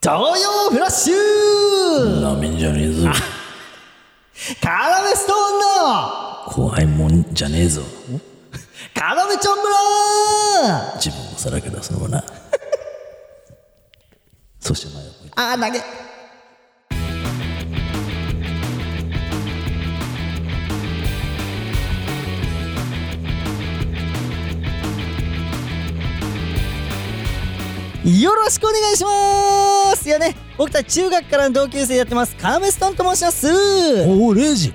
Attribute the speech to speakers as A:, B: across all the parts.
A: 東洋フラッシュ
B: なめんじゃねえぞ。
A: カラメストーンの
B: 怖いもんじゃねえぞ。
A: カラメちゃん村
B: 自分をさらけ出すのはな。そして前を向いて
A: あー投げよろしくお願いしますいやね、僕たち中学からの同級生やってます、カラメストーンと申します
B: おお、レイジ。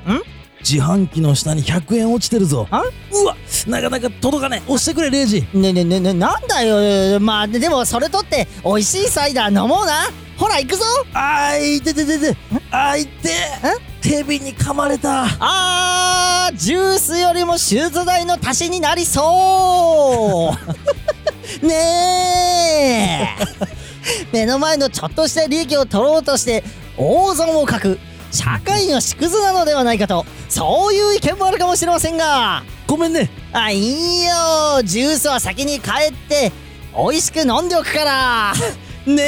B: 自販機の下に100円落ちてるぞ。
A: あ
B: うわ、なかなか届かねえ。押してくれ、レイジ。
A: ねえねえねえねえなんだよまあででもそれとって美味しいサイダー飲もうなほら行くぞ
B: あーいてててて。あーいて。ヘビに噛まれた。
A: あージュースよりもシューズ代の足しになりそう ねえ目の前のちょっとした利益を取ろうとして大損をかく社会の縮図なのではないかとそういう意見もあるかもしれませんが
B: ごめんね。
A: あいいよジュースは先に帰って美味しく飲んでおくから ね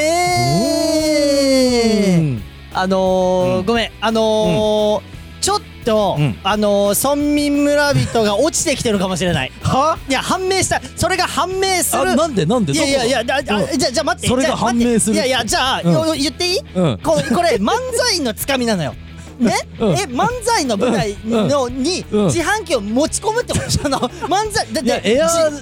A: え
B: ん。
A: あのー
B: うん
A: ごめんあのーちょっと、
B: うん
A: あのー村民村人が落ちてきてるかもしれないはいや判明したそれが判明する
B: あ、なんでなんで
A: いやいやいやだあ
B: どこ
A: じゃじゃ待って
B: それが
A: じゃ待って
B: 判明する
A: いやいやじゃあ、
B: うん
A: よ言っていい
B: うん。
A: ここれ漫才のつかみなのよ。ね、
B: うん
A: え漫才の舞台のに
B: うん
A: 自販機を持ち込むってことそ の漫才だっ
B: いや、
A: て
B: エア
A: じ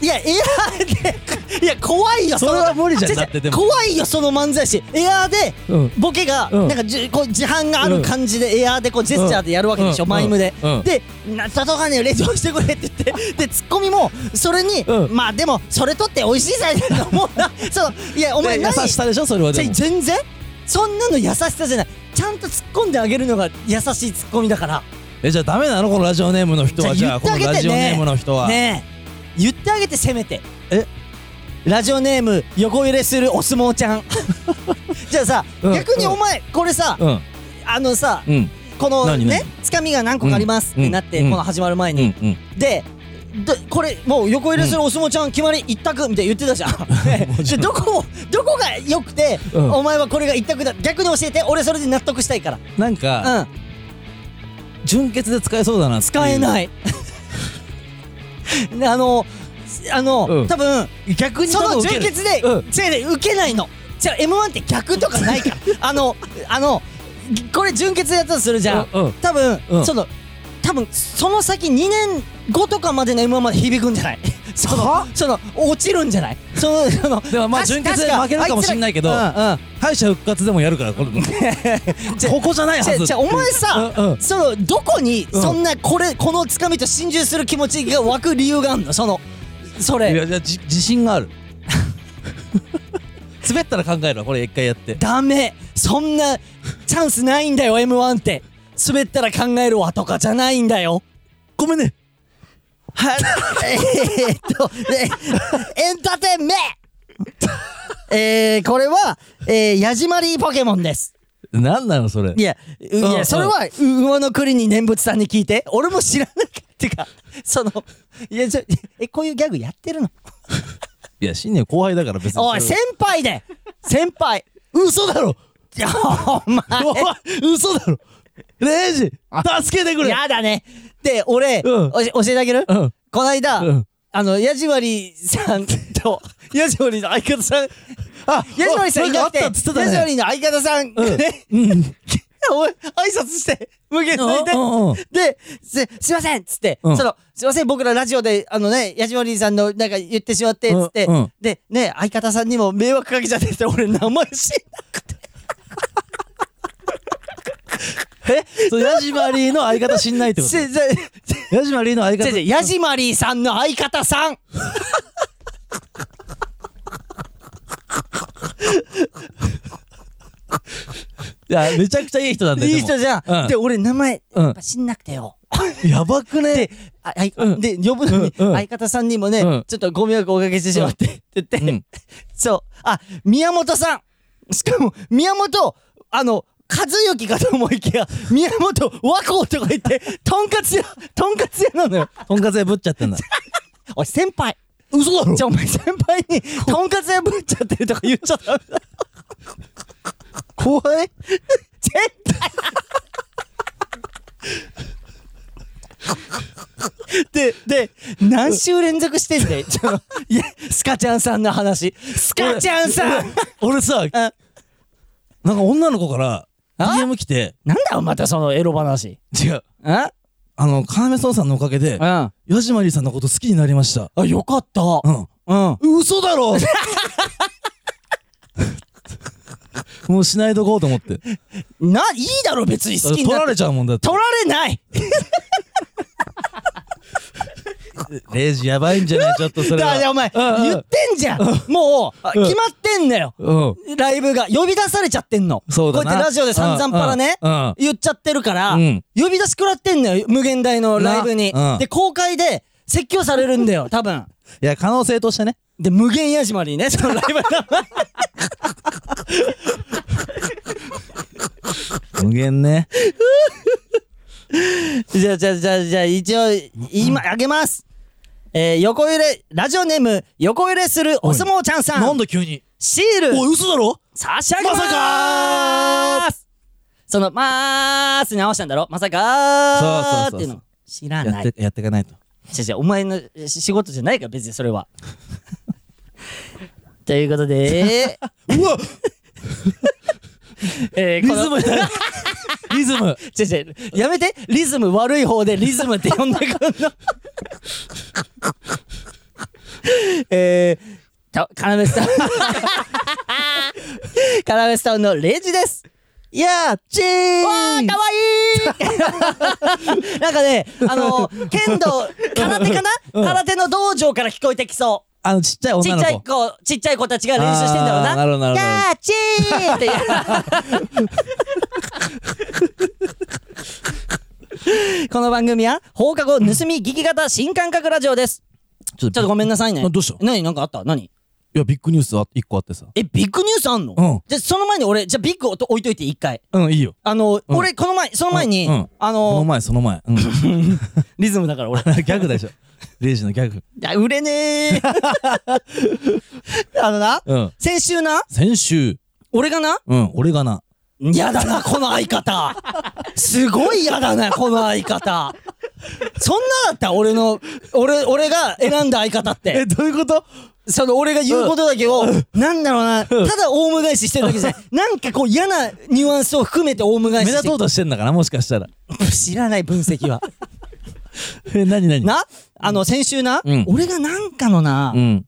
A: いやエアーで いや怖いよ
B: それは無理じゃん
A: 違う違う
B: だってでも
A: 怖いよその漫才師エアーで
B: うん
A: ボケが
B: う
A: なんんかじゅこう自販がある感じでエアーでこうジェスチャーでやるわけでしょ
B: うん
A: マイムで
B: うん
A: で「な届かねえよ冷蔵してくれ」って言って でツッコミもそれに
B: うん
A: まあでもそれ取って美味しいさえだと思 うなそのいやお前
B: で優
A: 何
B: しさでしょ、それは
A: ち
B: で
A: ょ
B: も。
A: 全然そんなの優しさじゃないちゃんと突っ込んであげるのが優しい突っ込みだから
B: え、じゃあダメなのこのラジオネームの人は。
A: じ
B: じ
A: ゃあ
B: ゃあ、この
A: 言ってあげ
B: ラ
A: て
B: ジ
A: ね
B: オネームの人は。
A: ねえ言ってあげてせめて
B: え
A: ラジオネーム横入れするお相撲ち ゃんじゃあさ、
B: うん
A: 逆にお前これさ、
B: うん。
A: あのさ、
B: うん。
A: この
B: 何
A: ね
B: 何
A: つかみが何個かありますってなって、
B: うんうん
A: この始まる前
B: う
A: に、
B: ん。うん。
A: ででこれもう横入れするお相撲ちゃん決まり一択みたいに言ってた じゃんねえじゃあどこもどこが良くて、
B: うん
A: お前はこれが一択だ逆に教えて俺それで納得したいから
B: なんか、
A: うん
B: 純潔で使えそうだな
A: 使えないい あのあの、
B: うん
A: 多分
B: 逆に
A: その純潔で、
B: うん
A: 違うね受けないのじゃあ m 1って逆とかない からあのあのこれ純潔でやったとするじゃん、
B: うんうん
A: 多分、
B: うん
A: その多分その先2年後とかまでの m 1まで響くんじゃない その
B: は
A: その落ちるんじゃないそのその
B: でもまあ
A: 確
B: 純
A: か
B: 潔で負けるかもしんないけど
A: あいつらうんうん
B: 敗者復活でもやるからこれここじゃない は
A: じゃ
B: ず
A: じゃお前さ、
B: うんうん
A: そのどこに
B: うん
A: そんなこれ、このつかみと心中する気持ちが湧く理由があんのそのそ
B: い
A: れ
B: やいやじ自信がある滑ったら考えるわこれ一回やって
A: ダメそんなチャンスないんだよ m 1って滑ったら考えるわとかじゃないんだよ
B: ごめんね
A: はえーっとでエンターテインメンえー、これは、えー、ヤジマリーポケモンです
B: なんなのそれ
A: いや、うい
B: うんう
A: や、
B: ん
A: それは、う魚の国に念仏さんに聞いて、俺も知らなかった。ってか、その、いや、ちょ、え、こういうギャグやってるの
B: いや新年後輩だから別に
A: おい、
B: それ
A: 先輩で先輩
B: 嘘だろ
A: いや、お前
B: おい嘘だろレイジ助けてくれ
A: やだね。で、俺、
B: うん
A: おし教えてあげる、
B: うん
A: こないだ、
B: うん
A: あの、矢島りさん と、矢島りの相方さん、
B: あ
A: 矢島りさんい
B: なんかあ
A: な
B: っ
A: くて、
B: た
A: 矢
B: っつってた
A: 島
B: ね
A: りの相方さん、ね、
B: うん
A: おい、挨拶して、無限大で
B: うんうんうん。
A: で、す、すいませんっつって、
B: うん
A: その、すいません、僕らラジオで、あのね、矢島りさんの、なんか言ってしまって、っつって、
B: うんうん
A: で、ね、相方さんにも迷惑かけちゃってて、俺、名前知らなくて。
B: えそうヤジマリーの相方死んないってこ
A: しじゃ
B: とヤジマリーの相
A: じゃ
B: 方
A: じゃ矢島りさんの相方さん
B: いや、めちゃくちゃいい人なんだよ。
A: いい人じゃん。
B: うん
A: で、俺、名前、
B: うん
A: やっぱ知んなくてよ。
B: ん。やばくね
A: あはい
B: うん
A: で、呼ぶのに、
B: うんうん
A: 相方さんにもね、
B: うん
A: ちょっとご迷惑をおかけしてしまって、って言って、
B: うん
A: そう、あ、宮本さんしかも、宮本、あの、和幸かと思いきや、宮本和光とか言って、とんかつ屋、とんかつ屋なのよ。
B: とんかつ屋ぶっちゃってんだ。
A: おい、先輩。
B: 嘘だろ
A: じゃあお前先輩に、とんかつ屋ぶっちゃってるとか言っちゃダメだ。
C: 怖い
A: 絶対で、で、何週連続してん だよ。ちょいや、スカちゃんさんの話。スカちゃんさん
C: 俺俺さ、
A: あ
C: なんか女の子から
A: あ
C: DM 来て、
A: なんだよ、またそのエロ話。
C: 違う。
A: んう
C: あの、要孫さんのおかげで
A: ん。、あ、
C: 矢島りさんのこと好きになりました。
A: よかった。
C: うん。
A: うん。
C: 嘘だろもうしないとこうと思って。
A: な、いいだろ、別に好き
C: 取
A: にな
C: ら
A: って
C: れちゃうもんだって。
A: 取られない
C: レイジやばいんじゃないちょっとそ
A: だからお前、
C: うん
A: 言ってんじゃんもう、
C: うん
A: 決まってんだよ
C: うん。
A: ライブが。呼び出されちゃってんの。
C: そうだな。
A: こうやってラジオで散々パラね、
C: うん。うん
A: 言っちゃってるから、
C: うん
A: 呼び出し食らってんのよ、無限大のライブに。
C: なうん
A: で、公開で説教されるんだよ、多分。
C: いや、可能性としてね。
A: で、無限矢島にね、そのライブの
C: 無限ね。
A: じゃあ、じゃあ、じゃあ、じゃあ、一応、今、あげます。えー、横揺れ、ラジオネーム、横揺れするお相撲ちゃんさん。
C: だ急に。
A: シール、
C: い、嘘だろ
A: 差し上げま
C: まさか
A: ーすその、まーすに合わせたんだろまさかー
C: そうそうそうそう
A: っていうの。知ら
C: や
A: な
C: っ
A: い。
C: て、やっていかないと。
A: 違う違うお前のし仕事じゃないから別にそれは。 ということで、
C: うわ
A: えー、
C: リ
A: この
C: ズ ムだリズム。
A: 違う違うやめてリズム悪い方でリズムって呼んでくんの。 えー、と、カナメスタウン。 カナメスタウンのレイジです。
C: いやー、チー
A: わーかわいい なんかね、あの、剣道、空手かな、空手の道場から聞こえてきそう。
C: あの、ちっちゃい
A: ち
C: 女
A: っ
C: の
A: ちゃい
C: 子。
A: 子、ちっちゃい子たちが練習してんだろう
C: あ
A: な。
C: ーなるほどなるほど
A: キャーチーって やるこの番組は放課後盗み聞き型新感覚ラジオです。
C: ちょっ
A: ちょっとごめんなさいね
C: あ。どうした
A: 何なんかあった何
C: いや、ビッグニュースあ一個あってさ。
A: え、ビッグニュースあんの、
C: うん
A: じゃ、その前に俺、じゃあビッグをと置いといて一回。
C: うん、いいよ。
A: あの、
C: うん
A: 俺、この前、その前に、
C: うんうん
A: あ
C: その
A: の、
C: 前、その前。 うん。ギ
A: リズムだから俺。
C: ャグでしょ。レイジのギャグ。
A: いや、売れねえ。 あのな、
C: うん。
A: 先週な、
C: 先週、
A: 俺がな、
C: うん、俺がな。
A: 嫌だな、この相方。すごい嫌だな、この相方。そんなだった俺の、俺、俺が選んだ相方って。、
C: どういうこと
A: その俺が言うことだけを、なんだろうな、ただオウム返ししてるだけじゃない。なんかこう嫌なニュアンスを含めてオウム返
C: 目
A: しし
C: 立
A: て
C: とうとしてんだから、もしかしたら。
A: 知らない分析は。
C: え、なになに
A: なあの、先週な、
C: うん
A: 俺がなんかのな、
C: うん。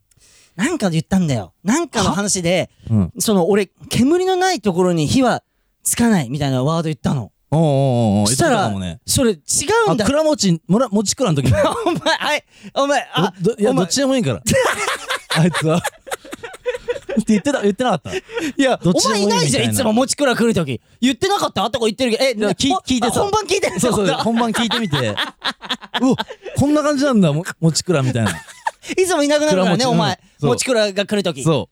A: なんか言ったんだよ。なんかの話で、
C: うん。
A: その俺、煙のないところに火はつかないみたいなワード言ったの。
C: おうおうおうおう
A: そした
C: 言ってたからもね、
A: それ違う
C: あ、
A: んだ。
C: 蔵餅、もら、餅蔵 の時に。
A: お前、あい、お前、あ、
C: どどいや、
A: お
C: ど
A: 前
C: っちでもい いから。あいつは。って言ってた、言ってなかった。いや、どっち
A: お前
C: でもいい
A: い
C: みた
A: ないじゃん、いつも。持ちくら来るとき。言ってなかったとか言ってるけど、え、
C: や聞い
A: ほ
C: 聞いてさ
A: あ本番聞いてる
C: そうそう、本番聞いてみて。うお、こんな感じなんだ、も餅蔵みたいな。
A: いつもいなくなるからね、
C: 蔵持ち
A: お前。
C: うんそう
A: 持ちくらが来るとき。
C: そ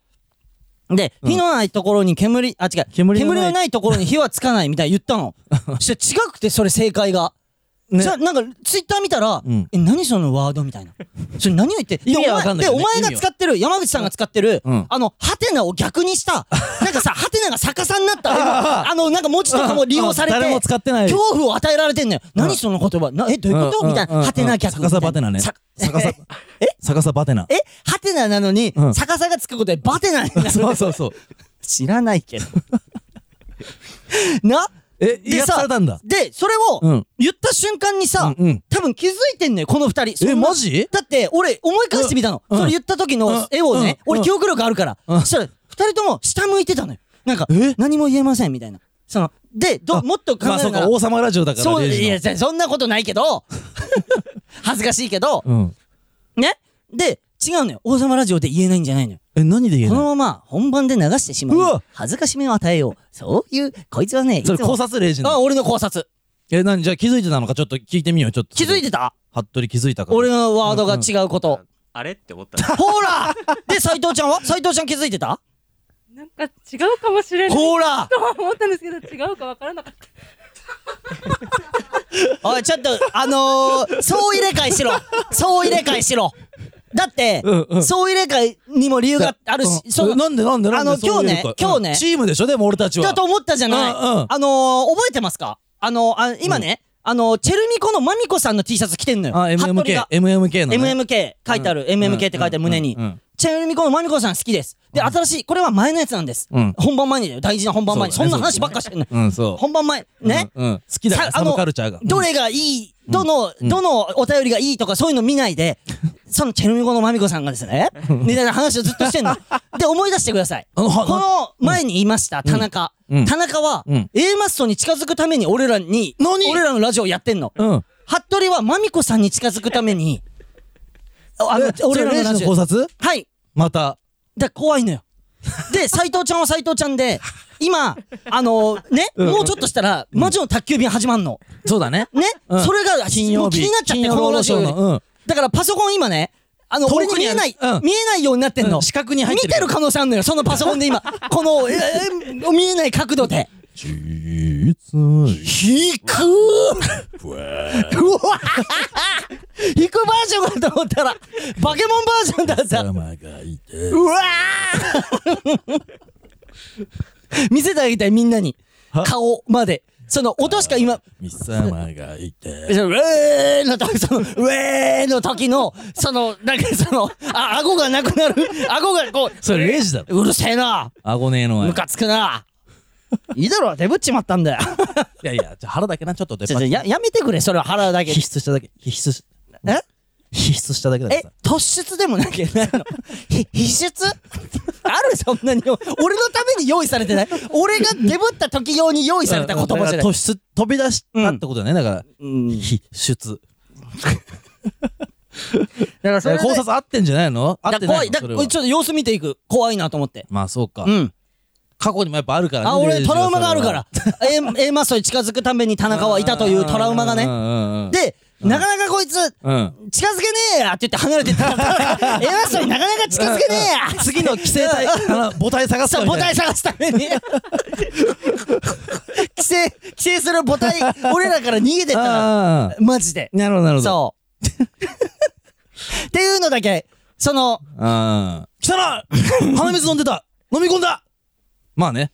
A: で、
C: ん
A: 火のないところに煙、あ、違う。
C: 煙のない
A: のないところに火はつかないみたいに言ったの。そしたら違くて、それ正解が。
C: ね
A: じゃあなんか、ツイッター見たら
C: うん、
A: え、何そのワードみたいな。それ何を言って、
C: 意味は
A: でお前
C: わかんない
A: で、
C: けど
A: お
C: ね
A: 前が使ってる、山口さんが使ってる
C: うん、
A: あの、ハテナを逆にした、なんかさ、ハテナが逆さになった、あの、なんか文字とかも利用されて、
C: うん誰も使ってない
A: 恐怖を与えられてんのよ。何その言葉、なえ、どういうこと
C: うん
A: みたい
C: うん
A: な。ハテナ逆みたいな。
C: 逆さバテナね
A: さ
C: 逆さ逆さバテナ。
A: え、ハテナなのに
C: う、ん
A: 逆さがつくことでバテナになる。
C: そうそうそう。
A: 知らない けど。な
C: え、
A: で
C: や
A: さ
C: されたんだ。
A: で、それ
C: う
A: を
C: ん
A: 言った瞬間にさ、
C: うんうん
A: 多分気づいてんのよ、この二人。
C: え、
A: そんな
C: マジ
A: だって、俺、思い返してみたの。
C: うん
A: それ言った時の絵をね、
C: うん
A: 俺記憶力あるから。
C: うん
A: そしたら、二人とも下向いてたのよ。なんか
C: え、
A: 何も言えません、みたいな。その、で、ど
C: あ
A: もっと考
C: まあ、
A: え
C: そ
A: る
C: う
A: な
C: か、
A: ら
C: 王様ラジオだから。
A: そう、
C: レイジの
A: いや、じゃあそんなことないけ ど、恥ずかしいけど、
C: うん。
A: ね。で、違うのよ。王様ラジオで言えないんじゃないのよ。
C: え、何で言え
A: こ
C: ない
A: のまま本番で流してしま
C: う
A: う
C: わ。
A: 恥ずかしめを与えよう。そういう、こいつはね、いつ
C: そ
A: も
C: れ考察レイジ
A: あ、
C: の。
A: 俺の考察。
C: え、何じゃあ気づいてたのかちょっと聞いてみよう、ちょっと。
A: 気づいてた
C: 服部気づいたか
A: 俺のワードが違うこと。
D: あれって思ったら
A: ほらで、斎藤ちゃんは斎藤ちゃん気づいてた
E: なんか違うかもしれない
A: ほら
E: とは思ったんですけど違うかわからなかった
A: おい、ちょっと、あのー、そう入れ替えしろそう入れ替えしろ
F: だって、
C: うんうん
F: 総入れ替えにも理由があるし、
C: うん
F: その
C: なんでなんでなんで
F: あの
C: そういう
F: 今日ね
C: か
F: 今日ね
C: うんチームでしょでも俺たちは。
F: だと思ったじゃない。
C: うんうん
F: あのー覚えてますかあのーあ今ね、あのーチェルミコのマミコさんの T シャツ着てんのよ。
C: あ、
F: 服部
C: MMK
F: が。。
C: MMK のね。
F: MMK 書いてある、MMK って書いてある胸に、
C: うんうんうん
F: チェルミコのマミコさん好きですで新しいこれは前のやつなんです、
C: うん
F: 本番前にだよ大事な本番前にそ,、
C: そうだね
F: んな話ばっかしてんの、
C: うん、そう。
F: 本番前ね、
C: うん。うん好きだから、
F: さあ
C: サ
F: の
C: ブカルチャーが。
F: どれがいい、どの、どのお便りがいいとかそういうの見ないで、そのチェルミコのまみこさんがですね、みたいな話をずっとして んの。で、思い出してください。
C: あのは
F: この前に言いました、田中。
C: うん
F: 田中は、
C: うん
F: A マストに近づくために俺らに、俺らのラジオやってんの。
C: うん。
F: 服部はまみこさんに近づくために、あの
C: え、
F: 俺
C: それ
F: らのラ
C: レイジ
F: ジ
C: 考
F: オ。
C: 察
F: はい。
C: また。
F: で、怖いのよ。で、斎藤ちゃんは斎藤ちゃんで、今、あのね、
C: うん
F: もうちょっとしたら、魔女の宅急便始まんの。
C: そうだね。
F: ね、
C: うん
F: それが
C: 金曜
F: も
C: 日。
F: う気になっちゃっ
C: 金
F: て、
C: 曜
F: こ
C: ロー
F: の
C: ド
F: ラ
C: シ
F: ジ
C: ョー
F: オ
C: の
F: より。だからパソコン今ね、あの、
C: 遠く
F: 俺
C: に
F: に見えない、
C: あるうん
F: 見えないようになってん
C: う
F: の。
C: ん視覚に入ってる
F: 見てる可能性あるのよ、そのパソコンで 今。この、えー見えない角度で。
C: うん。実
F: 引くうわ引くバージョンかと思ったら、バケモンバージョンだった。
C: 様がいて。
F: うわー 見せてあげたい、みんなに。
C: は
F: 顔まで。その音しか今、
C: ミ様がいて。
F: そのウェーの時、その、ウェーの時の、その、なんかその、あ、顎がなくなる、顎がこ
C: それレイジだろ。
F: う、うるせえな、
C: 顎ねえのは。
F: ム
C: い
F: カつくな。いいだろ、デブっちまったんだよ。
C: やいや、じゃあ腹だけな、ちょっと出っ
F: ち
C: 張
F: ょ
C: っ
F: ちょ
C: て。
F: や、やめてくれ、それは腹だけ。
C: 皮質しただけ。皮質し、
F: え
C: 皮質しただけだから
F: え
C: さ。
F: 突出でもなきゃないの ひ必出あるそんなに俺のために用意されてない俺がデブった時用に用意された言葉じゃ
C: だ
F: な
C: から
F: い
C: 突出、飛び出したってことだね。だから、
F: うん
C: 皮 出。
F: だからそれで
C: 考察合ってんじゃないの合
F: だ
C: っ
F: か
C: て
F: ら
C: な
F: 怖
C: い
F: い
C: の
F: だ
C: そ
F: か
C: れは
F: らこれちょっと様子見ていく怖いなと思って
C: まあそうか
F: う。ん
C: 過去にもやっぱあるからね。
F: あ、
C: レ
F: 俺
C: イジ
F: ト
C: は
F: ラウマがあるから。A, A マストに近づくために田
C: それは。
F: 中はいたというトラウマが
C: う
F: ね。
C: んうんうんうん、
F: で、なかなかこいつ、
C: うん。
F: 近づけねえやって言って離 れてったら、A マストになかなか近づけねえや
C: 次の寄生体、あ の母体探す
F: そう、
C: かみ
F: 母
C: たい
F: 体探すために。 帰省、帰省する 母体、俺らから逃げてったら、
C: な。ああ
F: マジで。
C: なるほど、なるほど。
F: そう。 っていうのだけ、その、
C: う。ん。来たな鼻水飲んでた飲み込んだまあね。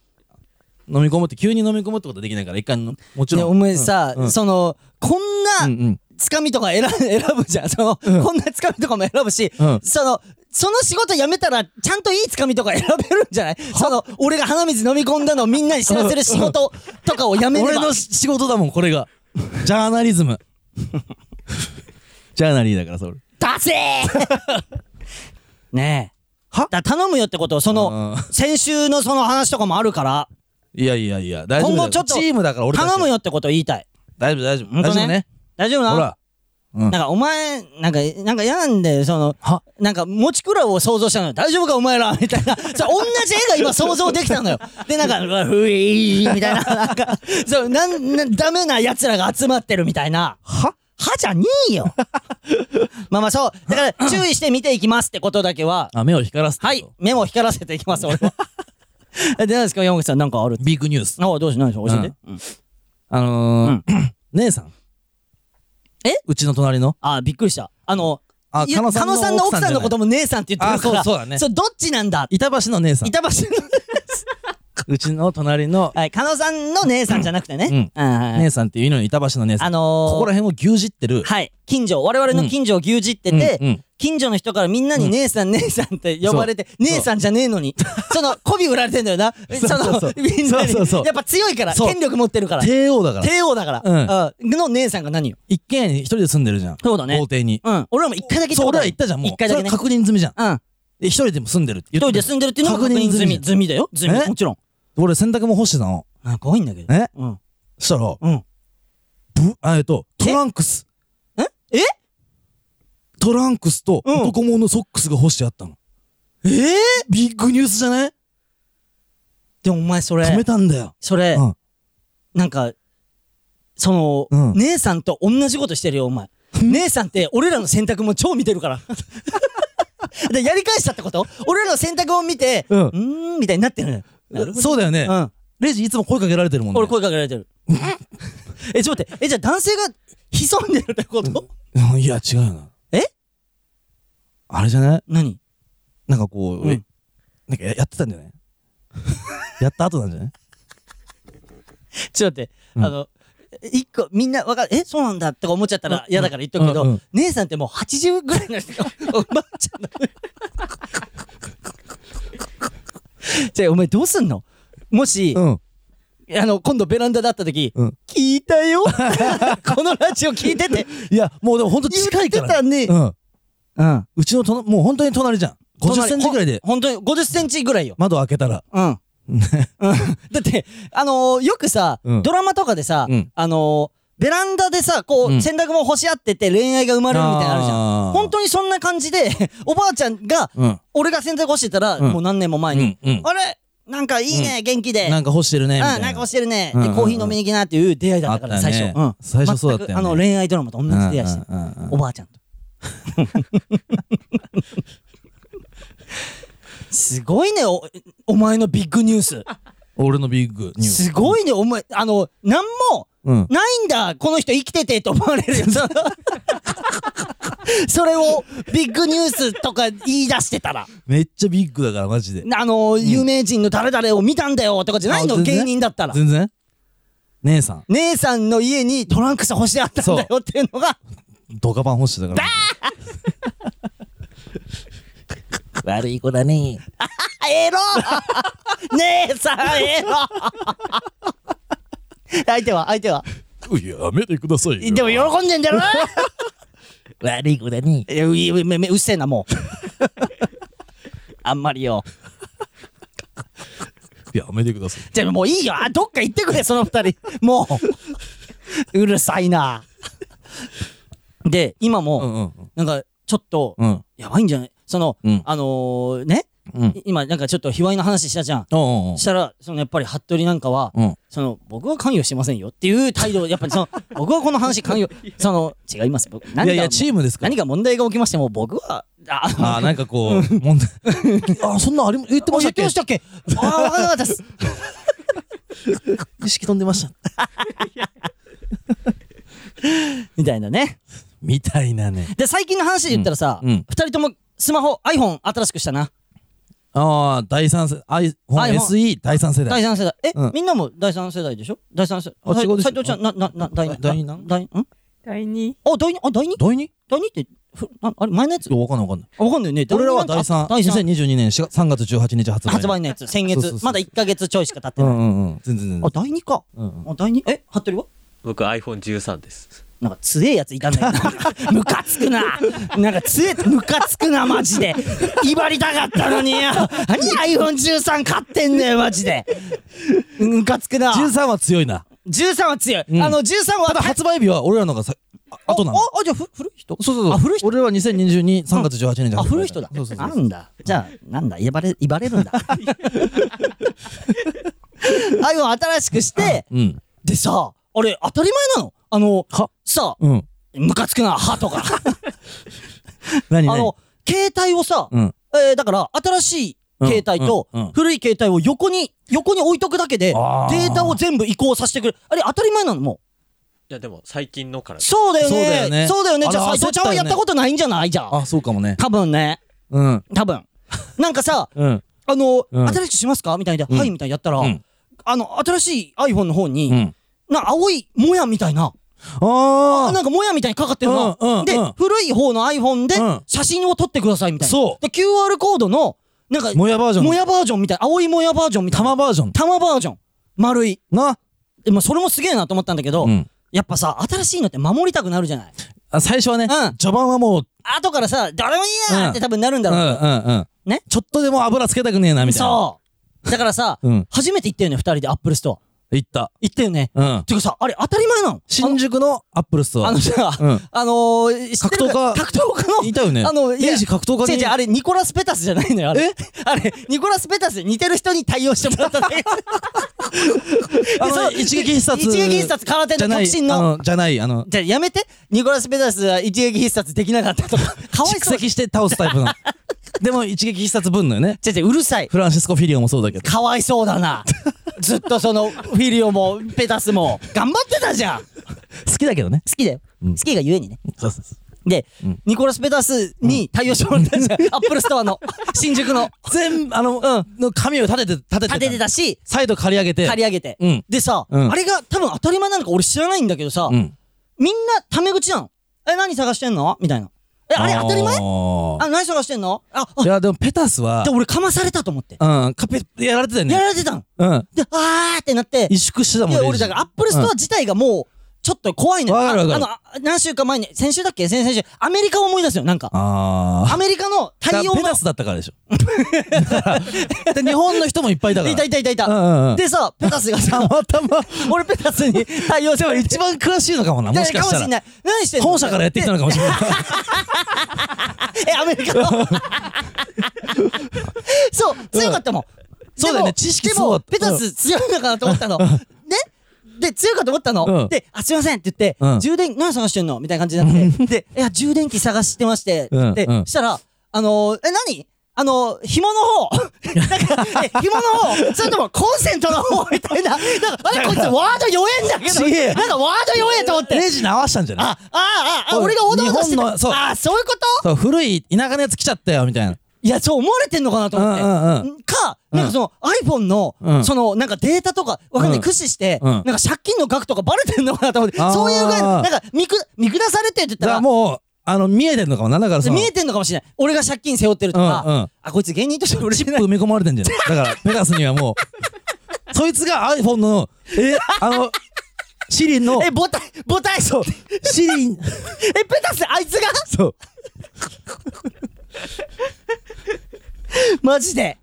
C: 飲み込むって、急に飲み込むってことはできないから、一回の、もちろ
F: ね、
C: ん。
F: お前さ、
C: うんうん
F: その、こん
C: う
F: な、
C: んうん。
F: つかみとか選 選ぶじゃん。その、こんなつかみとかも選ぶし、
C: うん
F: その、その仕事辞めたら、ちゃんといいつかみとか選べるんじゃないその、俺が鼻水飲み込んだのをみんなに知らせる仕事とかを辞めれ
C: 俺
F: ば。
C: の仕事だもん、これが。ジャーナリズム。ジャーナリーだから、それ。
F: 出せーねえ。
C: は
F: だから頼むよってこと、その、先週のその話とかもあるから、
C: いやいやいや、大丈夫だよ。
F: 今後ちょっと
C: チームだから俺たちは
F: 頼む。よってこと言いたい。
C: 大丈夫、大丈夫。
F: ほんとね
C: 大丈夫ね。
F: 大丈夫な
C: ほら。うん
F: なんかお前、なんか、なんか嫌なんだよ、その、
C: は
F: なんか、持ちクラを想像したのよ。大丈夫か、お前らみたいな。そう、同じ絵が今想像できたのよ。で、なんか、うわ、ふいーみたいな、なんか、そう、なん、なんダメな奴らが集まってるみたいな。
C: は
F: 歯じゃねえよ。まあまあそう。だから、注意して見ていきますってことだけは、
C: あ、目を光らすってこと
F: はい、目も光らせていきます、俺は。 え、で、何ですか、山口さん、なんかある
C: ビッグニュース。
F: ああ、どうし、何でしょう、教えて。うん
C: あのー、姉さん。
F: え
C: うちの隣の。
F: ああ、びっくりした。あの、
C: あ、
F: い
C: 狩
F: や
C: 野さんの
F: 狩野さんの奥さんのことも姉さんって言ってるから。
C: あそうそうだね
F: それどっちなんだ
C: 板橋の姉さん。
F: 板橋の。
C: うちの隣の
F: はい、狩野さんの姉さんじゃなくてね。うん。はい
C: 姉さんっていうのに板橋の姉さ
F: あ
C: ん。
F: のー、
C: ここら辺を牛耳ってる。
F: はい、近所、我々の近所を牛耳ってて、
C: うんうん
F: 近所の人からみんなに姉さん、姉さんって呼ばれて、姉さんじゃねえのに、その、媚び売られてんだよな。そ
C: そうそう
F: の、みんなに
C: そうそうそう
F: やっぱ強いから、
C: そう
F: 権力持ってるから、
C: 帝王だから。
F: 帝王だから、うんの姉さんが何よ。
C: 一軒家に一人で住んでるじゃん。
F: そうだね
C: 豪邸に。
F: うん。俺らも一回だけ行った
C: そう、俺
F: ことあ
C: は
F: る
C: 行ったじゃん、もう。
F: 一回だけね
C: それは確認済みじゃん。
F: うん。
C: で一人でも住んでるって言
F: 一
C: って
F: 人で住んでるっていうのも確認済み。
C: 確認
F: 済みだよ。済み。
C: え
F: もちろん。
C: 俺洗濯も干してたの。
F: なんか多いんだけど。
C: え
F: うん。
C: そしたら、
F: うん。
C: ぶ、あえっと、トランクス。
F: え
C: トランクスと
F: うん
C: 男物のソックスが干してあったの。
F: えー、
C: ビッグニュースじゃない
F: でもお前そ
C: 止
F: れ
C: め、たんだよ。
F: それ、
C: うん
F: なんか、その、
C: うん
F: 姉さんと同じことしてるよ、お前。姉さんって俺らの選択も超見てる から。で、やり返したってこと俺らの選択を見て、う
C: うん
F: ーん、みたいになってるのよ。なるほど
C: そうだよね
F: う。ん。
C: レイジいつも声かけられてるもんね。
F: 俺声かけられてる。 え、ちょっと待って。え、じゃあ男性が潜んでるってこと、
C: うんいや、違うよな。
F: え
C: ああれじゃない
F: 何
C: なんかこう、
F: うん
C: なんかややってたんじゃ ないやった後なんじゃない
F: ちょっと待って、
C: うん
F: あの、一個みんなわかる、え、そうなんだとか思っちゃったら嫌だから言っとくけど、
C: うんうん
F: 姉さんってもう80ぐらいの人が、おばあちゃんだね。 じゃあお前どうすんのもし、
C: うん。
F: あの、今度ベランダだった時、
C: うん
F: 聞いた よこのラジオ聞いてて、
C: いや、もうでもほんと
F: 言
C: 近
F: っ
C: いか
F: て
C: ら。
F: たね。
C: うん。
F: うん。
C: うちのとの、もう本当に隣じゃん。50センチぐらいで
F: ほんとに50センチぐらいよ。
C: 窓開けたら。
F: うん。うん だって、あのーよくさ、
C: うん
F: ドラマとかでさ、
C: うん
F: あのーベランダでさ、こう、
C: うん
F: 洗濯物干し合ってて恋愛が生まれるみたいなのあるじゃん。
C: ゃ
F: 本当にそんな感じで、 おばあちゃんが、
C: うん。
F: 俺が洗濯干してたら、
C: うん
F: もう何年も前に、
C: うんうん
F: あれなんかいいね、元気で。
C: なんか干してるね。みた
F: う
C: い
F: ん、
C: な
F: なんか干してるね、
C: うんうんう
F: で、
C: ん
F: コーヒー飲みに行きなっていう出会いだったから、
C: あった
F: 最
C: ね
F: 初。うん
C: 最初そうだったよね
F: 全くあの、恋愛ドラマと同じ出会いしてる。
C: うんうんうんうん
F: おばあ ちゃんと。すごいねお、お前のビッグニュース。
C: 俺のビッグニュース。
F: すごいね、お前、あの、なんも、
C: うん。
F: ないんだ、この人生きててと思われ るよ。それを、ビッグニュースとか言い出してたら、
C: めっちゃビッグだから、マジで。
F: あの、有名人の誰々を見たんだよとかじゃないの、
C: あ全然
F: 芸人だったら。
C: 全然姉さん、
F: 姉さんの家にトランクス干してあったんだよっていうのが、
C: ドカパン干してたから。
F: 悪い子だね。エロ 姉さんエロ相手は相手はい
C: ややめてくださいよ。
F: でも喜んでん だろ悪い子だね。いや、ういめめうっせえな、もう。 あんまりよ。
C: やめてください。
F: じゃあもういいよ。あ、どっか行ってくれ、その二人。もう。うるさいな。で、今
C: う
F: も、
C: んうん
F: なんか、ちょっと、
C: うん。
F: やばいんじゃないその、
C: うん
F: あのー、ね、
C: うん。うん。
F: 今、なんかちょっと卑猥な話したじゃん。
C: うんうん
F: したら、そのやっぱり服部なんかは、
C: うん。
F: その僕は関与してませんよっていう態度、やっぱ りその僕はこの話関与、その違います。僕何
C: い
F: か
C: やいや、チームですから。
F: 何か問題が起きましても僕は、あ、
C: あー、なんかこう、問 題。あー、そんなあれも言ってましたっけ
F: 言ってましたっけああ、わかんなかったです。
C: 意識飛んでました。
F: みたいなね。
C: みたいなね。
F: で、最近の話で言ったらさ、
C: うんうん
F: 二人ともスマホ、iPhone 新しくしたな。
C: ああ、第三世、iPhone
F: iPhone
C: SE 第三世代。
F: 第三世代。え、
C: うん
F: みんなも第三世代でしょ第三世
C: あ
F: 代。
C: 違うでしょ
F: 斉藤ちゃん、な、な、な、第二
C: 第何
F: 第ん
E: 第二
F: あ、第二あ、第二
C: 第 2? い
F: 第二って、ふなあれ、前のやつ
C: や、わかんないわかんない。
F: あわかんないよね。
C: 俺らは第
F: 第二なん
C: 三
F: てあ第三
C: 2022年4月3月18日発売。
F: 発売のやつ。先
C: そうそう
F: 月
C: そう。
F: まだ一ヶ月ちょいしか経って
C: う
F: ない。
C: んうんうん。全然全
F: あ、
C: 然。
F: 第二か。
C: うんうん
F: あ、第二え、服部は
A: 僕 iPhone13 です
F: なんか強えやついたんだけど、 ムカつくな。なんか強え、ムカつくな、マジで。威張りたかったのによ。何 iPhone13 買ってんだよ、マジで。ムカつくな。
C: 13は強いな。
F: 13は強い。
C: うん
F: あの、13は
C: ただ発売日は俺らのがさ、あ
F: あ
C: 後なの。
F: あ、あじゃあ、ふ古い人
C: そうそうそう。
F: あ古い人
C: 俺らは2022、3月18日
F: あ、古い人だ。
C: そうそうそ
F: あ
C: う。
F: るんだ。じゃあ、なんだ、威張れ、威張 れるんだ。iPhone 新しくして、
C: うん。
F: でさ、あれ、当たり前なのあの、
C: は
F: さ、
C: うん。
F: ムカつくな、歯とか。
C: 何
F: あの、携帯をさ、
C: 何うん。
F: えーだから、新しい携帯と
C: うんうんうん
F: 古い携帯を横に、横に置いとくだけで、デ
C: あー
F: ータを全部移行させてくれる。あれ、当たり前なのも
A: いやでも最近のから
F: う。そうだよ
C: そうだよ
F: ね。
C: ね
F: そうだよね。じゃあ、
C: あ
F: 斎
C: れ
F: 藤ちゃん
C: 焦っ
F: は
C: た
F: や
C: よ
F: っ
C: ね
F: たことないんじゃないじゃあ。
C: あ、そうかもね。
F: 多分ね。
C: うん。
F: 多分。 なんかさ、
C: うん。
F: あの、
C: うん
F: 新しくしますかみたいな、
C: ん
F: はい、みたいなやったら、
C: うん
F: あの、新しい iPhone の方に、
C: うん。
F: な、青いもやみたいな、
C: あ
F: なんかもやみたいにかかってるな。
C: うんうん
F: で、
C: うん
F: 古い方の iPhone で
C: うん
F: 写真を撮ってくださいみたいな。
C: そう
F: で、QR コードの、なんか
C: あ。、もやバージョン。
F: もやバージョンみたいな、青いもやバージョンみたいな。
C: 玉バージョン。
F: 玉バージョン。丸い。
C: な。
F: でもそれもすげえなと思ったんだけど、
C: うん。
F: やっぱさ、新しいのって守りたくなるじゃない
C: あ最初はね
F: うん、
C: 序盤はもう、
F: 後からさ、誰もいいやーって多分なるんだ
C: うんう
F: ろう。
C: んうん。
F: ね
C: ちょっとでも油つけたくねえな、みたいな。
F: そう。だからさ、
C: うん
F: 初めて行ったよね、二人でアップルストア。
C: う。行った。
F: 行ったよね。
C: うん。
F: てかさ、あれ当たり前なの
C: 新宿のアップルスト
F: あ
C: ア
F: の。さ、
C: うん
F: あのー、知ってるか
C: 格
F: 格闘家の、
C: いたよね。
F: あの、いや
C: イジ格闘家
F: 違う
C: に
F: 違う、あれ、ニコラス・ペタスじゃないのよ、あれ。あれ、ニコラス・ペタスに似てる人に対応してもらっただけ。
C: あの
F: そう
C: 一撃必殺。
F: 一撃必殺、空手
C: じゃ
F: の
C: な
F: 特
C: い
F: 進
C: あ
F: の。
C: の。じゃない、あの、
F: じゃあやめて。ニコラス・ペタスは一撃必殺できなかったと か。かわい
C: 蓄
F: そう。
C: 積して倒すタイプ の。でも一撃必殺分のよね。
F: じゃじゃうるさい。
C: フランシスコ・フィリオもそうだけど。
F: かわいそうだな。ずっとその、フィリオも、 ペタスも、頑張ってたじゃん。好
C: 好きだけどね。
F: きだよ。
C: うん
F: 好きがゆえにね。
C: そうそうそう
F: で、
C: うん
F: ニコラス・ペタスに対応してもらったじゃん。アップルストア の、新宿の。
C: 全部、あの、の紙を立てて、立ててた。
F: 立ててたし、
C: サイド借り上げて。
F: 借り上げて。
C: うん。
F: でさ、
C: うん
F: あれが多分当たり前なのか俺知らないんだけどさ、
C: うん。
F: みんなタメ口なの。え、何探してんのみたいな。え、あれ当たり
C: 前
F: 前あ、何探してんのあ、あ
C: いや、でもペタスは
F: で、俺かまされたと思って。
C: うん、カペ、やられてたよ
F: や
C: ね。
F: られてたの。
C: うん。
F: で、あーってなって、
C: 萎縮してたもん
F: いや、
C: ね。
F: 俺だからアップルストア自体がもう、ちょっと怖いのよ。
C: わかるわかる
F: ああのあ、何週間前に、先週だっけ先々週、アメリカを思い出すよ、なんか。
C: あ
F: ア
C: あ。
F: メリカの対応
C: ペ
F: の
C: タ、スだった からでしょ。で、日本の人もいっぱいいたから。
F: いたいたいたい
C: うん
F: た。
C: うんうん。
F: でさ、ペタスが
C: た
F: さ、
C: またま、
F: 俺ペタスに対応して
C: でも一番詳しいの かもな、もしか
F: か
C: し
F: も
C: た
F: しんな
C: ら。
F: い。何してんの
C: 本社からやってきたのかもしれない。
F: え、アメリカ の。そう、強かったもん。
C: そうだよね
F: でも
C: 知識
F: で
C: そうだ
F: も、
C: った
F: ペタス強いのかなと 思ったの。ねで、強いかと思った
C: うん
F: の。で、あ、すいませんって言っ
C: うん
F: て、充電、何探してんのみたいな感じになって。で、いや、充電器探してまして。
C: うん
F: で
C: うん、
F: したら、あのー、え、何あのー、紐の方 なんか、え紐の方それともコンセントの方 みたいな。なんか、あれこいつワード弱えんだけ
C: ちげえよ
F: ど。なんかワード弱えと思って。
C: レジに合わしたんじゃない
F: あ、あ、あ、あ、俺がオーダー出して
C: 日本のそう
F: た。あ、そういうこと
C: そう、古い田舎のやつ来ちゃったよ、みたいな。
F: いや、そう思われてんのかなと思って。
C: うんうん
F: か、
C: うん
F: なんかその iPhone の、
C: うん
F: そのなんかデータとか、わかん
C: うん
F: ない、駆使して、
C: うん
F: なんか借金の額とかバレてんのかなと思って、
C: あー
F: そういうぐらいの、なんか見く見下されてって言っ
C: だか
F: た
C: ら
F: ら、
C: もう、あの、見えてんのかもな。だからその、
F: 見えてんのかもしれない。俺が借金背負ってるとか、
C: うんうん
F: あ、こいつ芸人として嬉しいな。
C: 埋め込まれてんじゃないだから、ペガスにはもう、 そいつが iPhone の、え、あの、シリンの
F: え、、ボタン、ボタン、そう。
C: シリン、
F: え、ペタス、あいつが
C: そう。
F: マジで。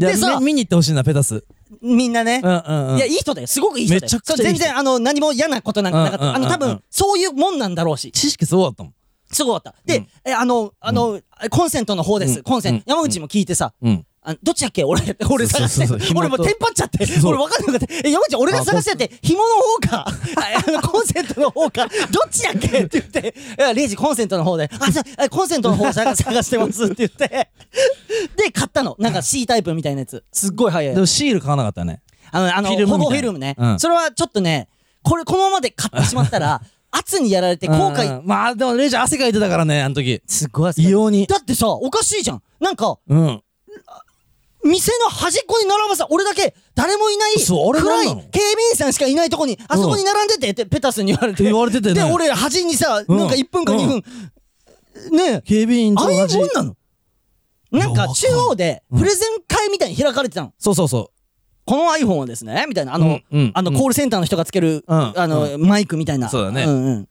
C: いや
F: でさ
C: み見に行ってほしいな、ペタス。
F: みんなね。
C: うんうんうん。
F: いや、いい人だよ。すごくいい人だよ。
C: めちゃくちゃいい人
F: そう全然、あの、何も嫌なことなんかなかった。
C: うんうんうんうん
F: あの、多分、そういうもんなんだろうし。
C: 知識すごかったもん。
F: すごかった。で、え、あの、あの、コンセントの方です。
C: うん
F: コンセント。
C: うん
F: 山口も聞いてさ、
C: うん。
F: あどっちだっけ俺、俺探して。
C: そうそうそう紐
F: 俺
C: と
F: もうテンパっちゃって。
C: そう
F: 俺分かんなかった。え、山口、俺が探してって、紐の方か、 ああの、コンセントの方か、どっちだっけって言って、いやレイジコンセントの方で、あ、じゃあ、コンセントの 方探探してますって言って。で、買ったの。なんか C タイプみたいなやつ。すっごい早い
C: で。もシール買わなかったね。
F: あの、あの、
C: フィルムみたい
F: ほ
C: な
F: ぼフィルムね、
C: うん
F: それはちょっとね、これ、このままで買ってしまっ たら、圧にやられて後悔
C: うん。まあ、でもレイジ汗かいてたからね、あの時。
F: すごい汗か
C: 異
F: いた
C: 様に。
F: だってさ、おかしいじゃん。なんか、
C: うん。
F: 店の端っこに並ばさ、俺だけ誰もいない、
C: そうあれ
F: 暗い
C: なん
F: 警
C: なの
F: 備員さんしかいないとこに、あそこに並んでてってペタスに言われて。
C: 言われててね
F: で、俺端にさ、
C: うん
F: なんか1分か2分、ねえ、
C: 警備員と
F: ああいう
C: 同じ
F: もん。なのな
C: い
F: ん
C: や
F: か
C: わかん
F: 中央でプレゼン会みたいに開かれてたの。
C: そうそうそ
F: この iPhone はですね、みたいな、
C: う
F: あの、
C: んうん
F: あの、コールセンターの人がつける、
C: うん
F: あの、マイクみたいな。
C: そうだね
F: んうん。
C: う。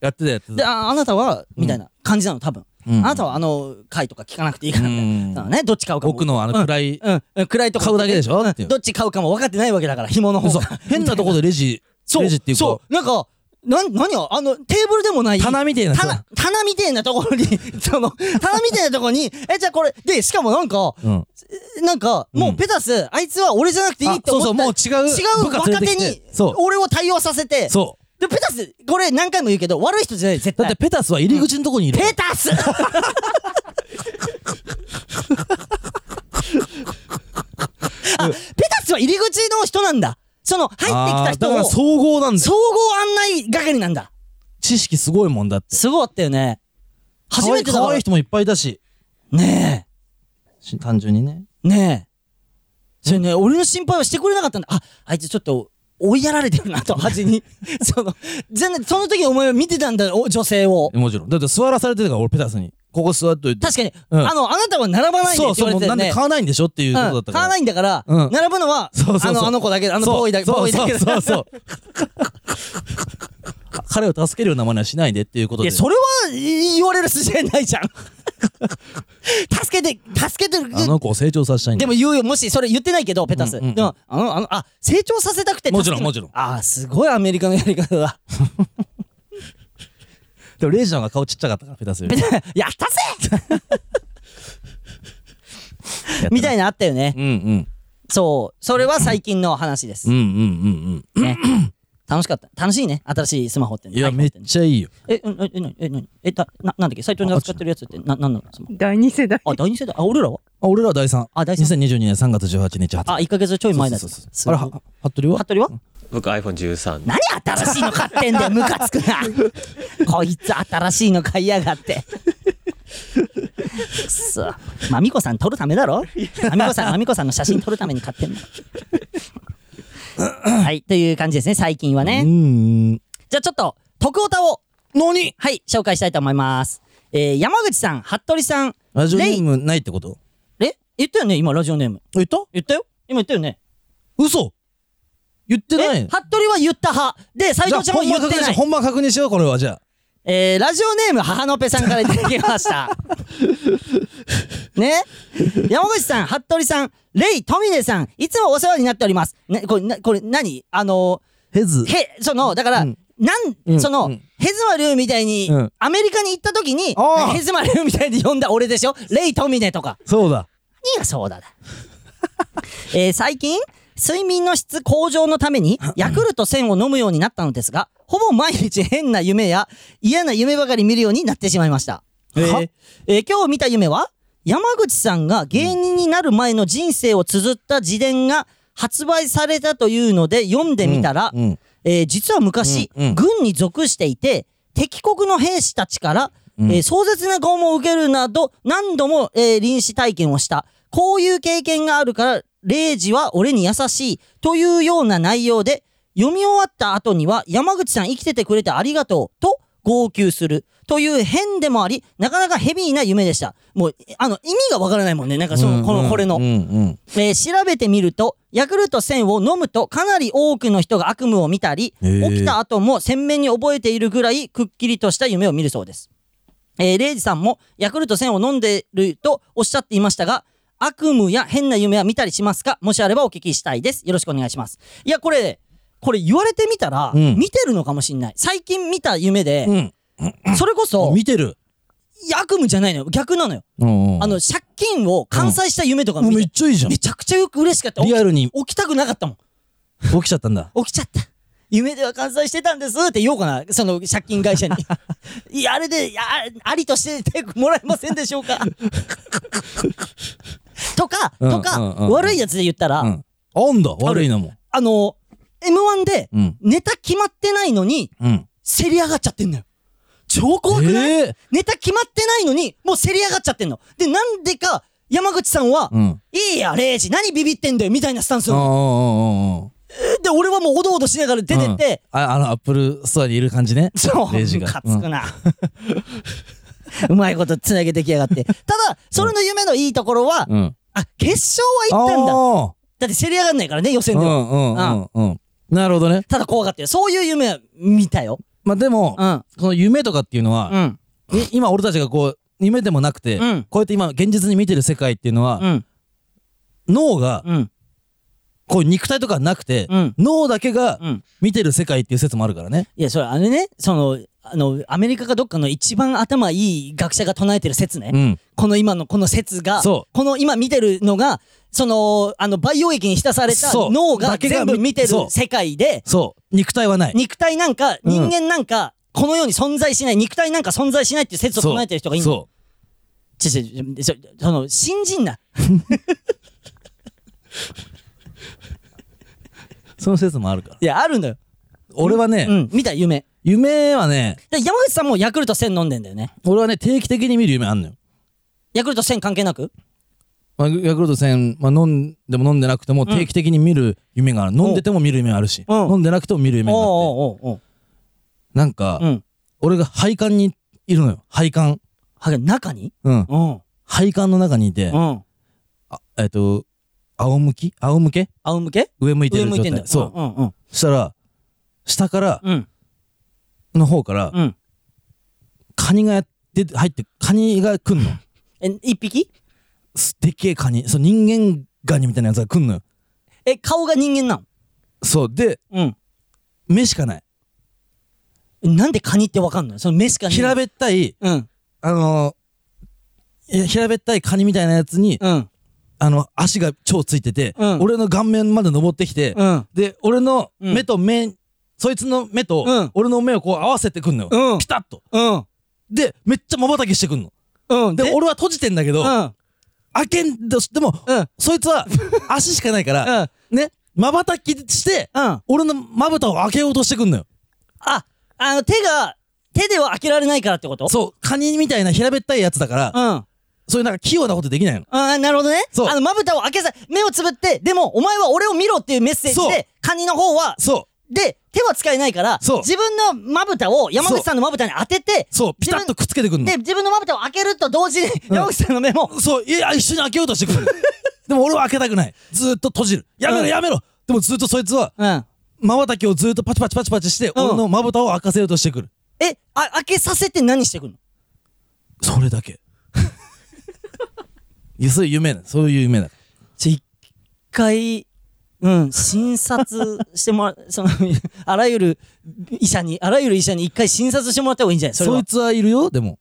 C: やってたやって
F: で、
C: た。
F: ああなたは、みたいな感じなの、多分。
C: うん
F: あなたはあの回とか聞かなくていいから
C: うん
F: ね。だからね、どっち買うかも。
C: 奥のあの暗い。
F: うん、うん、暗いとこ
C: 買うだけでしょ
F: ん
C: っていう
F: どっち買うかも分かってないわけだから、紐の方
C: そう
F: が。
C: 変なとこでレジ、
F: そう
C: レジっていうか
F: そ、う、なんか、なん、何や、あの、テーブルでもない。
C: 棚みたいなやつ
F: 棚、棚みたいなところに、 その、棚みたいなところに、え、じゃあこれ、で、しかもなんか、
C: うん。
F: なんか、も
C: うん
F: うペタス、あいつは俺じゃなくていいって思
C: あそ
F: った。
C: うそうもう違う部下
F: 違う若
C: 連れ
F: 手
C: てきて
F: に
C: そう、
F: 俺を対応させて、
C: そう。
F: で、ペタス、これ何回も言うけど、悪い人じゃない、絶
C: だっ
F: 対
C: て。ペタスは入り口のとこにいる。
F: ペ タスあ、ペタスは入り口の人なんだ。その、入ってきた
C: あーだ
F: 人
C: から
F: を、
C: 総合なんだよ
F: 総合案内係なんだ。
C: 知識すごいもんだって。
F: すごかったよね。初めてだ
C: 可
F: か
C: 愛
F: ら
C: い。人もいっぱいいたし。
F: ね
C: し単純にね。
F: え、ねえ。それね、俺の心配はしてくれなかったんだ。あ、あいつちょっと、追いやられてるなと、端 に。その、全然、その時お前は見てたんだよ、お女性を。
C: もちろん。だって座らされてるから、俺ペタスに。ここ座っといて。
F: 確かに、
C: うん
F: あの、あなたは並ばないで
C: そ
F: っ
C: う
F: て
C: そう、も
F: 言われ
C: う
F: てた
C: な
F: よ
C: んで
F: ね。
C: 買わないんでしょっていうことだったから。
F: 買わないんだから、
C: うん
F: 並ぶのは
C: そうそうそう
F: あのあの子だけあの
C: そう
F: ボーイだけ
C: そう
F: ボーイだ
C: そ
F: け
C: うそうそう。彼を助けるような真似はしないでっていうこと
F: い
C: で。
F: やそれは言われる筋合いないじゃん 助けて助けてる
C: あの子を成長させたいんだ
F: でも言うよもしそれ言ってないけどペタス、
C: うんうんうん
F: でもあのあのあ成長させたくて
C: もちろん
F: 助け
C: もちろん
F: ああすごいアメリカのやり方だ
C: でもレイジの方が顔ちっちゃかったから、ペタスより。
F: やったぜ みたいなあったよね、
C: うんうん。
F: そうそれは最近の話です
C: うん、うんうん
F: ね楽しかった楽しいね新しいスマホって
C: うん。
F: ね
C: いや、
F: iPhone
C: めって
F: ね
C: ちゃいいよ。
F: え、うんえ、え、なに、え、なに、え、だ、な、なんだっけ、最長に使ってるやつって、な、なんなの、その。
E: 第二世代。
F: あ、第二世代、あ、俺らは。
C: あ、俺らは第3。
F: あ第三
C: 2022年3月18日発売。
F: あ、一ヶ月ちょい前だ。
C: そうそうそうそう
F: すごい
C: あれ、は服部は
F: 服部は。
A: 僕 iPhone13
F: 何新しいの買ってんだよムカつくなこいつ新しいの買いやがってくそまみこさん撮るためだろまみこさんまみこさんの写真撮るために買ってんだはいという感じですね最近
C: う
F: はね
C: ーん。
F: じゃあちょっと徳オタを
C: 何
F: はい紹介したいと思いますえー、山口さん服部さん
C: ラジオネームないってこと
F: え言ったよね今ラジオネーム
C: 言った
F: 言ったよ今言ったよね
C: 嘘言って
F: え
C: ない
F: 服部は言った派で斎
C: じゃあ
F: 藤ちゃんも言ってない
C: 本番確認しよう本番確認しようこれはじゃあ
F: えー、ラジオネーム母のぺさんからいただきました。ね山口さん、服部さん、レイ、富根さん、いつもお世話になっております。ね、これ、なこれ何あの
C: ヘズ
F: ー、へ、その、だから、
C: うん
F: なん、
C: うん
F: その、
C: うん
F: ヘズマルーみたいに、
C: うん
F: アメリカに行った時に
C: あ、ー
F: ヘズマルーみたいに呼んだ俺でしょレイ、富根とか。
C: そうだ
F: 何がそうだだ。 えー最近、睡眠の質向上のために、ヤクルト1000を飲むようになったのですが、ほぼ毎日変な夢や嫌な夢ばかり見るようになってしまいました。
C: へー
F: はえー今日見た夢は、山口さんが芸人になる前の人生を綴った自伝が発売されたというので読んでみたら、
C: うんうん
F: えー実は昔、
C: うんうん
F: 軍に属していて、敵国の兵士たちから、
C: ん
F: えー壮絶な拷問を受けるなど、何度も、えー臨死体験をした。こういう経験があるから、レイジは俺に優しい。というような内容で、読み終わった後には、山口さん生きててくれてありがとう。と、号泣する。という変でもあり、なかなかヘビーな夢でした。もう、あの、意味がわからないもんね。なんかその、この、これの
C: うん。うん
F: えー調べてみると、ヤクルト1000を飲むとかなり多くの人が悪夢を見たり、
C: へー
F: 起きた後も鮮明に覚えているぐらいくっきりとした夢を見るそうです。えーレイジさんもヤクルト1000を飲んでるとおっしゃっていましたが、悪夢や変な夢は見たりしますかもしあればお聞きしたいです。よろしくお願いします。いや、これ、これ言われてみたら、
C: うん
F: 見てるのかもしんない。最近見た夢で、
C: うん
F: それこ
C: うん
F: そ、
C: 見てる
F: いや悪夢じゃないのよ。逆なのよ。
C: うんうん
F: あの、借金を完済した夢とか
C: もう
F: 見
C: め
F: て
C: っ、ちゃいいじゃん
F: めちゃくちゃよく嬉しかった。
C: リアルに
F: 起きたくなかったも
C: 起きちゃったんだ
F: ん。起きちゃった。夢では完済してたんですって言おうかな。その借金 会社に。いや、あれで、いやあありとしててもらえませんでしょ うか。とか、
C: うん
F: とか、
C: うんうんうん
F: 悪いやつで言ったら、
C: うんあんだ悪いなもん
F: あの、M1 で
C: うん
F: ネタ決まってないのに、
C: うん
F: せり上がっちゃってんのよ。超怖くない、
C: えー
F: ネタ決まってないのに、もうせり上がっちゃってんの。で、なんでか、山口さんは、
C: うん
F: いいや、レイジ、何ビビってんだよ、みたいなスタンス
C: ああ
F: な
C: あああ
F: の
C: あ
F: で、俺はもうおどおどしながら出てって、
C: ああのアップルストアにいる感じね
F: そう。
C: レジが
F: ムカつくな。うまいことつなげてきやがって。ただ、それの夢のいいところは、
C: うん
F: あ、決勝は行ったんだ。
C: あ
F: だって競り上がんないからね、予
C: ー
F: 選
C: う
F: では。
C: んうんうんうんなるほどね
F: ただ怖かったよ。そういう夢は見たよ。
C: まあでも
F: うん。
C: この夢とかっていうのは
F: うん。
C: い今俺たちがこう夢でもなくて
F: うん
C: こうやって今現実に見てる世界っていうのは
F: うん。
C: 脳が
F: うん。
C: こう肉体とかはなくて、
F: うん
C: 脳だけが
F: うん。
C: 見てる世界っていう説もあるからね。
F: いや、それあれね、その、あの、アメリカかどっかの一番頭いい学者が唱えてる説ね。
C: うん。
F: この今のこの説が、
C: そ
F: こ
C: う
F: の今見てるのが、その、あの、培養液に浸された
C: そう
F: 脳が
C: だけが
F: 全部見てる
C: そう
F: 世界で、
C: そう。肉体はない。
F: 肉体なんか、
C: うん
F: 人間なんか、この世に存在しない、肉体なんか存在しないっていう説を唱えてる人がいいんだ。
C: そ
F: ちょちょちょちょその、信じんな。
C: う。その説もあるから。
F: いや、あるんだよ。
C: 俺はね、
F: うん、見た夢。
C: 夢はね、
F: で山口さんもヤクルト1000飲んでんだよね。
C: 俺はね、定期的に見る夢あんのよ。
F: ヤクルト1000関係なく
C: まあ、ヤクルト1000、まあ、飲んでも飲んでなくても定期的に見る夢がある。飲んでても見る夢あるし、
F: うん
C: 飲んでなくても見る夢があって。
F: おうおうおう
C: なんか、
F: おう。うん。
C: 俺が配管にいるのよ。配管。
F: はげ、中に
C: うん。
F: うん。
C: 配管の中にいて、
F: うん。
C: あえっ、と、仰向き仰向け
F: 仰向け
C: 上向いて
F: 上
C: る状
F: 向い
C: 態。
F: てんだよ。
C: そう。
F: うんうん
C: そしたら、下から、
F: うん。
C: の方から、
F: うん。
C: カニがやって入ってカニが来んの
F: え、一匹
C: すでっけえカニそう人間ガニみたいなやつが来んのよ
F: え、顔が人間な
C: そうで
F: の
C: 目しかない
F: うん。なんでカニってわかんのその目しかねえ
C: 平べったい
F: うん。
C: あのーいや平べったいカニみたいなやつに、
F: うん。
C: あの足が超ついてて、
F: うん
C: 俺の顔面まで登ってきて、
F: うん。
C: で俺の
F: うん
C: 目と目、そいつの目と、
F: うん
C: 俺の目をこう合わせてくんのよ、
F: うん
C: ピタッと
F: うん。
C: でめっちゃまばたきしてくんの
F: うん。
C: で俺は閉じてんだけど、
F: うん。
C: 開けんとしても、
F: うん
C: そいつは足しかないから、ね瞬きして、
F: あ、
C: 俺のまぶたを開けようとしてくんのよ。
F: あの、手が、手では開けられないからってこと
C: そう、カニみたいな平べったいやつだから、
F: うん。
C: そういうなんか器用なことできないの。
F: ああ、なるほどね。
C: そう
F: あの、まぶたを開けさ、目をつぶって、でも、お前は俺を見ろっていうメッセージ
C: そう
F: で、カニの方は、
C: そ
F: で、手は使えないから、
C: そう
F: 自分のまぶたを山口さんのまぶたに当てて
C: う、、そう、ピタッとくっつけてくんの
F: で、。自分のまぶたを開けると同時に、
C: ん
F: 山口さんの目も、
C: そう、いや、一緒に開けようとしてくる の。でも俺は開けたくない。ずーっと閉じる。やめ
F: う
C: ろ、
F: ん
C: やめろ。でもずっとそいつは、
F: うん。
C: 瞬きをずっとパチパチパチパチして、
F: うん
C: 俺のまぶたを開かせようとしてくる。
F: え、あ、開けさせて何してくんの
C: それだけ。 いや、そういう夢だ。そういう夢だ。
F: ちょ、一回、うん、診察してもら、 その、あらゆる医者に、あらゆる医者に一回診察してもらった方がいいんじゃないそ
C: そ。
F: れはい
C: つはいるよ、でも。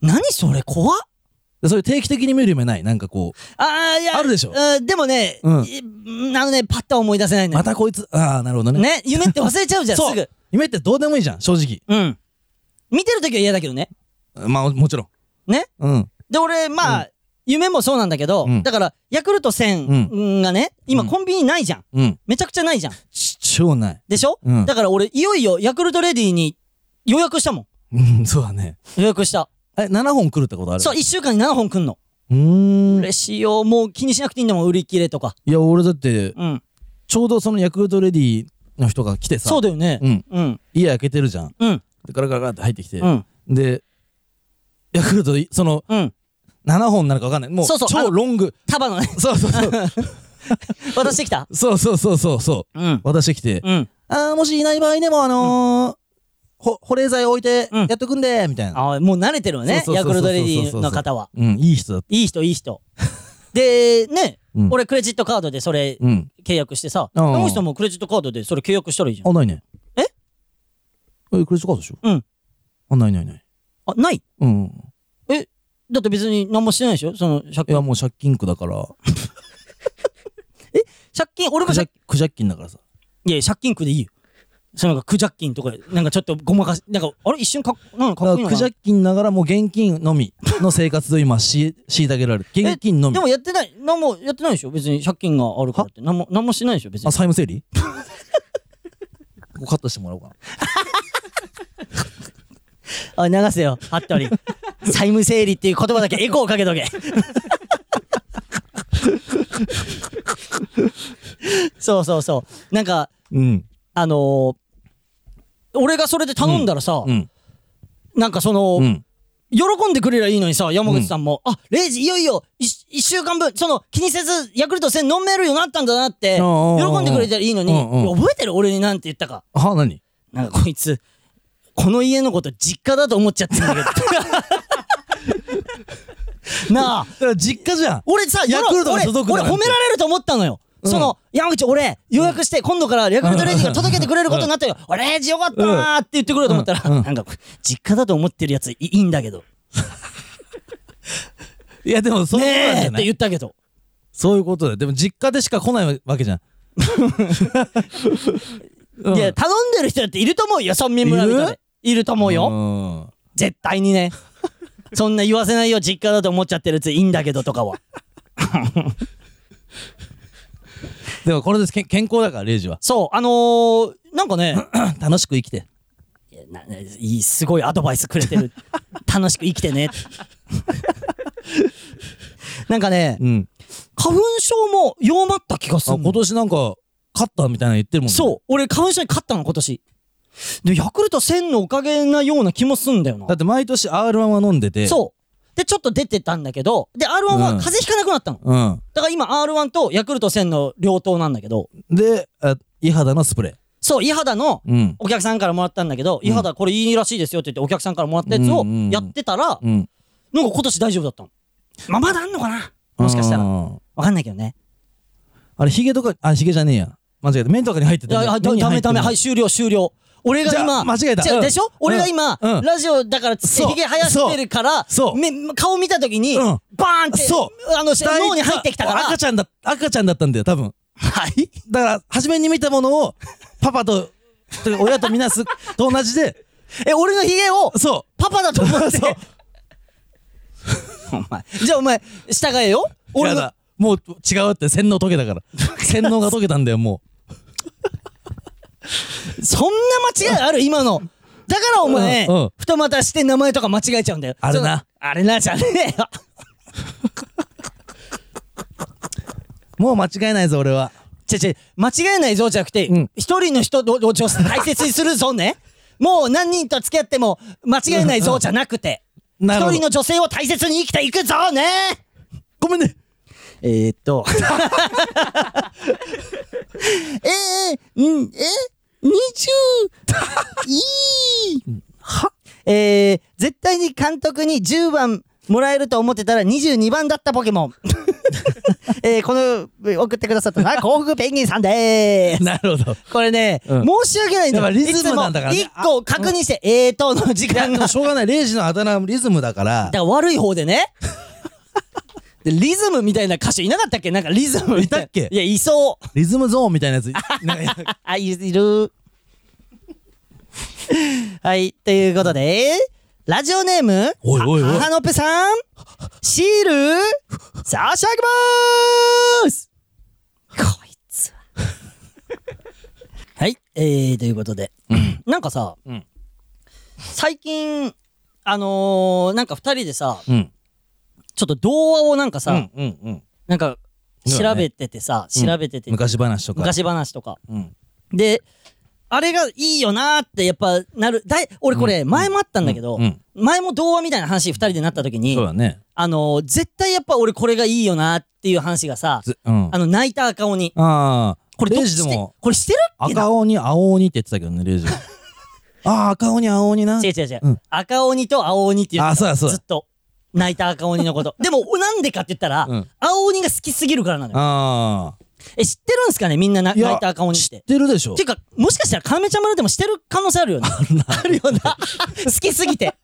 F: 何それ怖っ
C: でそういう定期的に見る夢ない。なんかこ
F: ああ、いや。
C: あるでしょ
F: うんでもね、
C: うん
F: いあのね、パッとは思い出せない
C: う、
F: んだ
C: ま
F: よ
C: たこいつ、ああ、なるほどね。
F: ね、夢って忘れちゃうじゃん、
C: そ
F: す
C: う
F: ぐ。
C: 夢ってどうでもいいじゃん、正直。
F: うん。見てるときは嫌だけどね。
C: まあ、もちろん。
F: ね。
C: うん。
F: で、俺、まあ、夢もそうなんだけど、
C: うん
F: だから、ヤクルト1000がね、今
C: うん
F: コンビニないじゃん。
C: うん。
F: めちゃくちゃないじゃん。
C: ち、超ない。
F: でしょ、
C: うん
F: だから俺、いよいよヤクルトレディに予約したもん。
C: うん、そうだね。
F: 予約した。
C: え、7本来るってことある
F: そう、1週間に7本くんの。
C: うーん。
F: 嬉しいよ。もう気にしなくていいんだもん、売り切れとか。
C: いや、俺だって、
F: うん。
C: ちょうどそのヤクルトレディの人が来てさ、
F: そうだよね。
C: うん、
F: うん。
C: 家開けてるじゃん。
F: うん。
C: でガラガラガラって入ってきて、
F: うん。
C: で、ヤクルト、その、
F: うん。
C: 7本なのか分かんない。もう、
F: そうそうあの
C: 超ロング。
F: 束のね、
C: そうそうそう。
F: 渡してきた。
C: そうそうそうそう そう。
F: うん。
C: 渡してきて、
F: うん。
C: あー、もしいない場合でも、あのーほ保冷剤置いて、
F: うん
C: やっとくんで、みたいな。
F: あもう慣れてるわね、
C: そうそう
F: ヤ
C: そ
F: ク
C: うそう
F: ルトレディの方は。
C: うん、いい人だっ
F: いい人、い い人。で、ね、
C: うん
F: 俺クレジットカードでそれ
C: た。うん。
F: 契約してさ、
C: う
F: あ
C: ん
F: の人もクレジットカードでそれ契約したらいいじゃん。
C: あ、ないね。
F: え
C: え、クレジットカードでしょ
F: うん。
C: あ、ないないない。
F: あ、ない
C: うん。
F: だって別に何もしてないでしょその借
C: いや、
F: 金。
C: もう借金区だから、
F: 借金、俺も
C: クジャ
F: 借
C: クジャッキンだからさ。
F: 金、いや、借金区でいいよ。そのなんか、クジャッキンとか、なんかちょっとごまかし、なんか、あれ一瞬かっ、なんかかっこいいの
C: ク
F: か
C: ジ
F: な
C: ャッキンながらもう現金のみの生活と今し虐げられる現金のみ
F: で
C: あ
F: もやってない、何もやってないでしょ別に借金があるからって。何も、何もしてないでしょ別
C: 債。
F: に
C: 務整理ここカットしてもらおうかな
F: あ、流せよ、ハットリ。 債務整理っていう言葉だけエコーかけとけ。そうそうそう。なんか、
C: うん
F: あのー俺がそれで頼んだらさ、
C: うん
F: なんかその、
C: うん
F: 喜んでくれりゃいいのにさ、山口さんも、あ、レイジ、いよいよ、一一週間分、その、気にせず、ヤクルト1000飲めるようになったんだなって、
C: ああああああ
F: 喜んでくれたらいいのに、
C: うんうん
F: 覚えてる俺になんて言ったか。
C: は何
F: なんかこいつ、この家のこと実家だと思っちゃってんだけ ど。なあ、
C: だから実家じゃん
F: 俺さ、
C: ヤクルトが届く
F: 俺
C: な
F: 俺褒められると思ったのよ。
C: うん
F: その、山口俺、予約して、今度からヤクルトレディが届けてくれることになったよ。俺、レイジよかったなーって言ってくれると思ったら、
C: うんうん
F: なんか、実家だと思ってるやついいいんだけど。
C: いやでもそうなん
F: ね
C: じ
F: え
C: ゃ
F: っ
C: な
F: て
C: い
F: 言ったけど。
C: そういうことだよでも実家でしか来ないわけじゃん
F: いや、頼んでる人だっていると思うよ、村民村人で。いると思うよ。
C: よ
F: 絶対に ね。そんな言わせないよ、実家だと思っちゃってるやついいんだけどとかは。
C: でもこれですけ健康だからレイジは
F: そう、あのー、なんかね、
C: 楽しく生きて
F: いやなないいすごいアドバイスくれ てる楽しく生きてね なんかね
C: うん
F: 花粉症も弱まった気がす
C: あ
F: る
C: 今年なんか勝ったみたいなの言ってるもんね
F: そう俺花粉症に勝ったの今年でヤクルト1000のおかげなような気もすんだよな
C: だって毎年 R1 は飲んでて
F: そうでちょっと出てたんだけどで R1 は
C: うん
F: 風邪ひかなくなったの、
C: うん
F: だから今 R1 とヤクルト1000の両党なんだけど
C: であイハダのスプレ
F: そうイハダの
C: ーうん
F: お客さんからもらったんだけど、
C: ん
F: イハダこれいいらしいですよって言ってお客さんからもらったやつを
C: うんうんうん
F: やってたら、
C: うん
F: なんか今年大丈夫だったの。まあ、まだあんのかなもしかしたら。わ
C: ら
F: かんないけどね。
C: あれ、ヒゲとか、あ、ヒゲじゃねえや。間違えた。麺とかに入ってた。
F: だだ
C: 麺に
F: ダ
C: 入
F: メ
C: って
F: ダ
C: る
F: メ。はい、終了、終了。俺が
C: じゃあ
F: 今、
C: 間違えた
F: じゃあ
C: うん
F: でしょ俺が今
C: う、ん
F: ラジオだから、
C: そう
F: ひげ生やしてるから、
C: そう
F: め顔見たときに、
C: うん
F: バーンって、
C: そ
F: あの、脳に入ってきたから、
C: 赤ちゃんだ、赤ちゃんだったんだよ、多分。
F: はい
C: だから、初めに見たものを、パパと、というか親とみな すと同じで、
F: え、俺のひげを、
C: そ
F: パパだと思って
C: そう。
F: お前、じゃあお前、従えよ。俺
C: や
F: の
C: だ、もう違うって洗脳解けたから。 洗脳が解けたんだよ、も
F: そんな間違いある今の。だからお前、
C: うんうん
F: 二股して名前とか間違えちゃうんだよ。
C: あれな
F: その。あれな、じゃねえよ。
C: う。もう間違えないぞ、俺は。
F: ちょちょ、間違えないぞじゃなくて、
C: うん
F: 一人の人をを大切にする ぞね。もう何人と付き合っても間違えないぞじゃなくて、
C: な
F: 一
C: るほど
F: 人の女性を大切に生きていくぞね
C: ごめんね。
F: えー、っ と。えー、ん、え二十、いい。はえー、絶対に監督に10番もらえると思ってたら22番だったポケ モン。えー、この、送ってくださったの は、幸福ペンギンさんでーす。
C: なるほど。
F: これね、
C: うん
F: 申し訳ないんだよ。
C: やっぱリズムなんだからね
F: いつも一個確認して、えーとの時
C: いや、でも
F: 間が。だか
C: しょうがない。レイジのあだ名リズムだから。
F: ら悪い方 でね。でリズムみたいな歌手いなかったっけなんかリズムみたいな。
C: いたっけ
F: いや、いそう。
C: リズムゾーンみたいなやつ。 なんか
F: あ、いいる。はい、ということで、ラジオネーム、
C: おいおいおい
F: は母のっぺさん、シール、差し上げまーすこいつは。はい、えー、ということで、なんかさ、
C: うん
F: 最近、あのー、なんか二人でさ、
C: うん。
F: ちょっと童話をなんかさ、
C: うんうんうん。
F: なんか
C: そうだね
F: 調べててさ、
C: うん
F: 調べてて、
C: 昔話とか。
F: 昔話とか。
C: うん。
F: で、あれがいいよなーってやっぱなる。だい俺これ前もあったんだけど、
C: うんうん
F: 前も童話みたいな話二人でなった時に
C: そう、だね。
F: あのー絶対やっぱ俺これがいいよなーっていう話がさ、
C: ずうん。
F: あの泣いた赤鬼。
C: ああ。
F: これど
C: レ
F: う
C: イジ
F: し
C: で
F: て
C: も
F: これしてるっけな
C: 赤鬼、青鬼って言ってたけどね、レイ ジ。ああ、赤鬼、青鬼な。
F: 違う違う違う、
C: うん
F: 赤鬼と青鬼っていう
C: あ、そうだそう
F: ず
C: だ
F: っ。と泣いた赤鬼 のこと。でもなんでかって言ったら、
C: うん
F: 青鬼が好きすぎるからなのよ。
C: あ
F: え、知ってるんすかねみんなない
C: や
F: 泣いた赤
C: あ。
F: 鬼っ
C: 知
F: て
C: っ。てるでしょ
F: ていうか、もしかしたら、カメちゃん村でもしてる可能性あるよね。あるよ な。好きすぎて。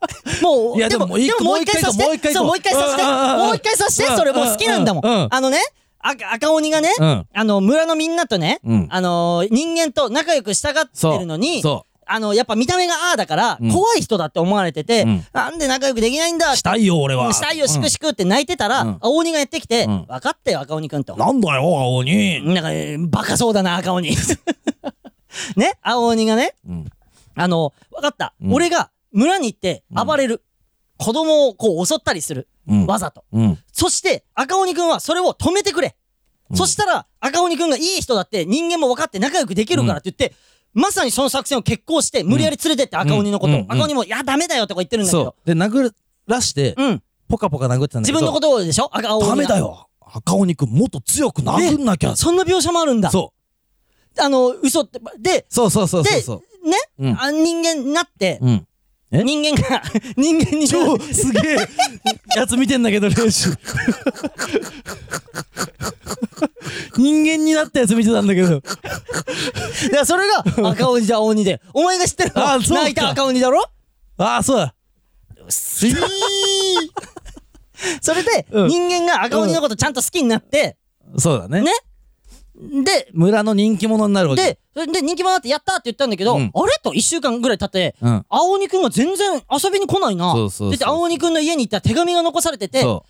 F: もう、
C: いやでもいい
F: ももう一回
C: も
F: さ
C: う一回
F: せて。
C: もう一回
F: そう、もう一回させて。
C: うんうんうんうん
F: もう一回させて。それもう好きなんだもん。
C: うんうんうん
F: あのね、赤赤鬼がね、
C: うん
F: あの、村のみんなとね、
C: うん
F: あのー人間と仲良く従ってるのに、
C: そ
F: あの、やっぱ見た目がああだから、
C: うん
F: 怖い人だって思われてて、
C: うん
F: なんで仲良くできないんだ
C: う。したいよ、俺は。
F: したいよ、しくしくって泣いてたら、
C: うん
F: 青鬼がやってきて、
C: うん
F: 分かってよ、赤鬼くんと
C: うん。なんだよ、青鬼。
F: なんか、えーバカそうだな、赤鬼。 ね、青鬼がね、
C: うん。
F: あの、わかった、
C: うん
F: 俺が村に行って暴れる。子供をこう襲ったりする。
C: うん。
F: わざと。
C: うん。
F: そして、赤鬼くんはそれを止めてくれ。
C: うん
F: そしたら、赤鬼くんがいい人だって人間も分かって仲良くできるからって言って、まさにその作戦を決行して、無理やり連れてって赤鬼のことを。
C: うんうんうん
F: 赤鬼も、いや、ダメだよとか言ってるんだけ
C: そ
F: ど。
C: う。で、殴らして、
F: うん。
C: ポカポカ殴ってたんだけ
F: 自
C: ど。
F: 分のことをでしょ赤鬼が。
C: ダメだ。よ。赤鬼くん、もっと強く殴んなきゃ。そ
F: そんな描写もあるんだ。
C: う。
F: あの、嘘って。で、
C: そうそうそうそうそう。
F: ね、
C: うん
F: あ人間になって、
C: うん。え
F: 人間が 人間に
C: 超すげえやつ見てんだけど、レイ ジ。人間になったやつ見てたんだけど。
F: だからそれが赤鬼だ青 鬼でお前が知ってるのは
C: あそうか
F: 泣いた赤鬼だろ
C: ああ、そうだ。
F: それで、
C: うん
F: 人間が赤鬼のことちゃんと好きになって、
C: そうだね。
F: ねで
C: 村の人気者になるわけ。
F: で、それで人気者だってやったって言ったんだけど、
C: うん
F: あれと1週間ぐらい経って、
C: うん。
F: 青鬼くんが全然遊びに来ないな。
C: そうそうそう
F: だって青鬼くんの家に行ったら手紙が残されてて、
C: そ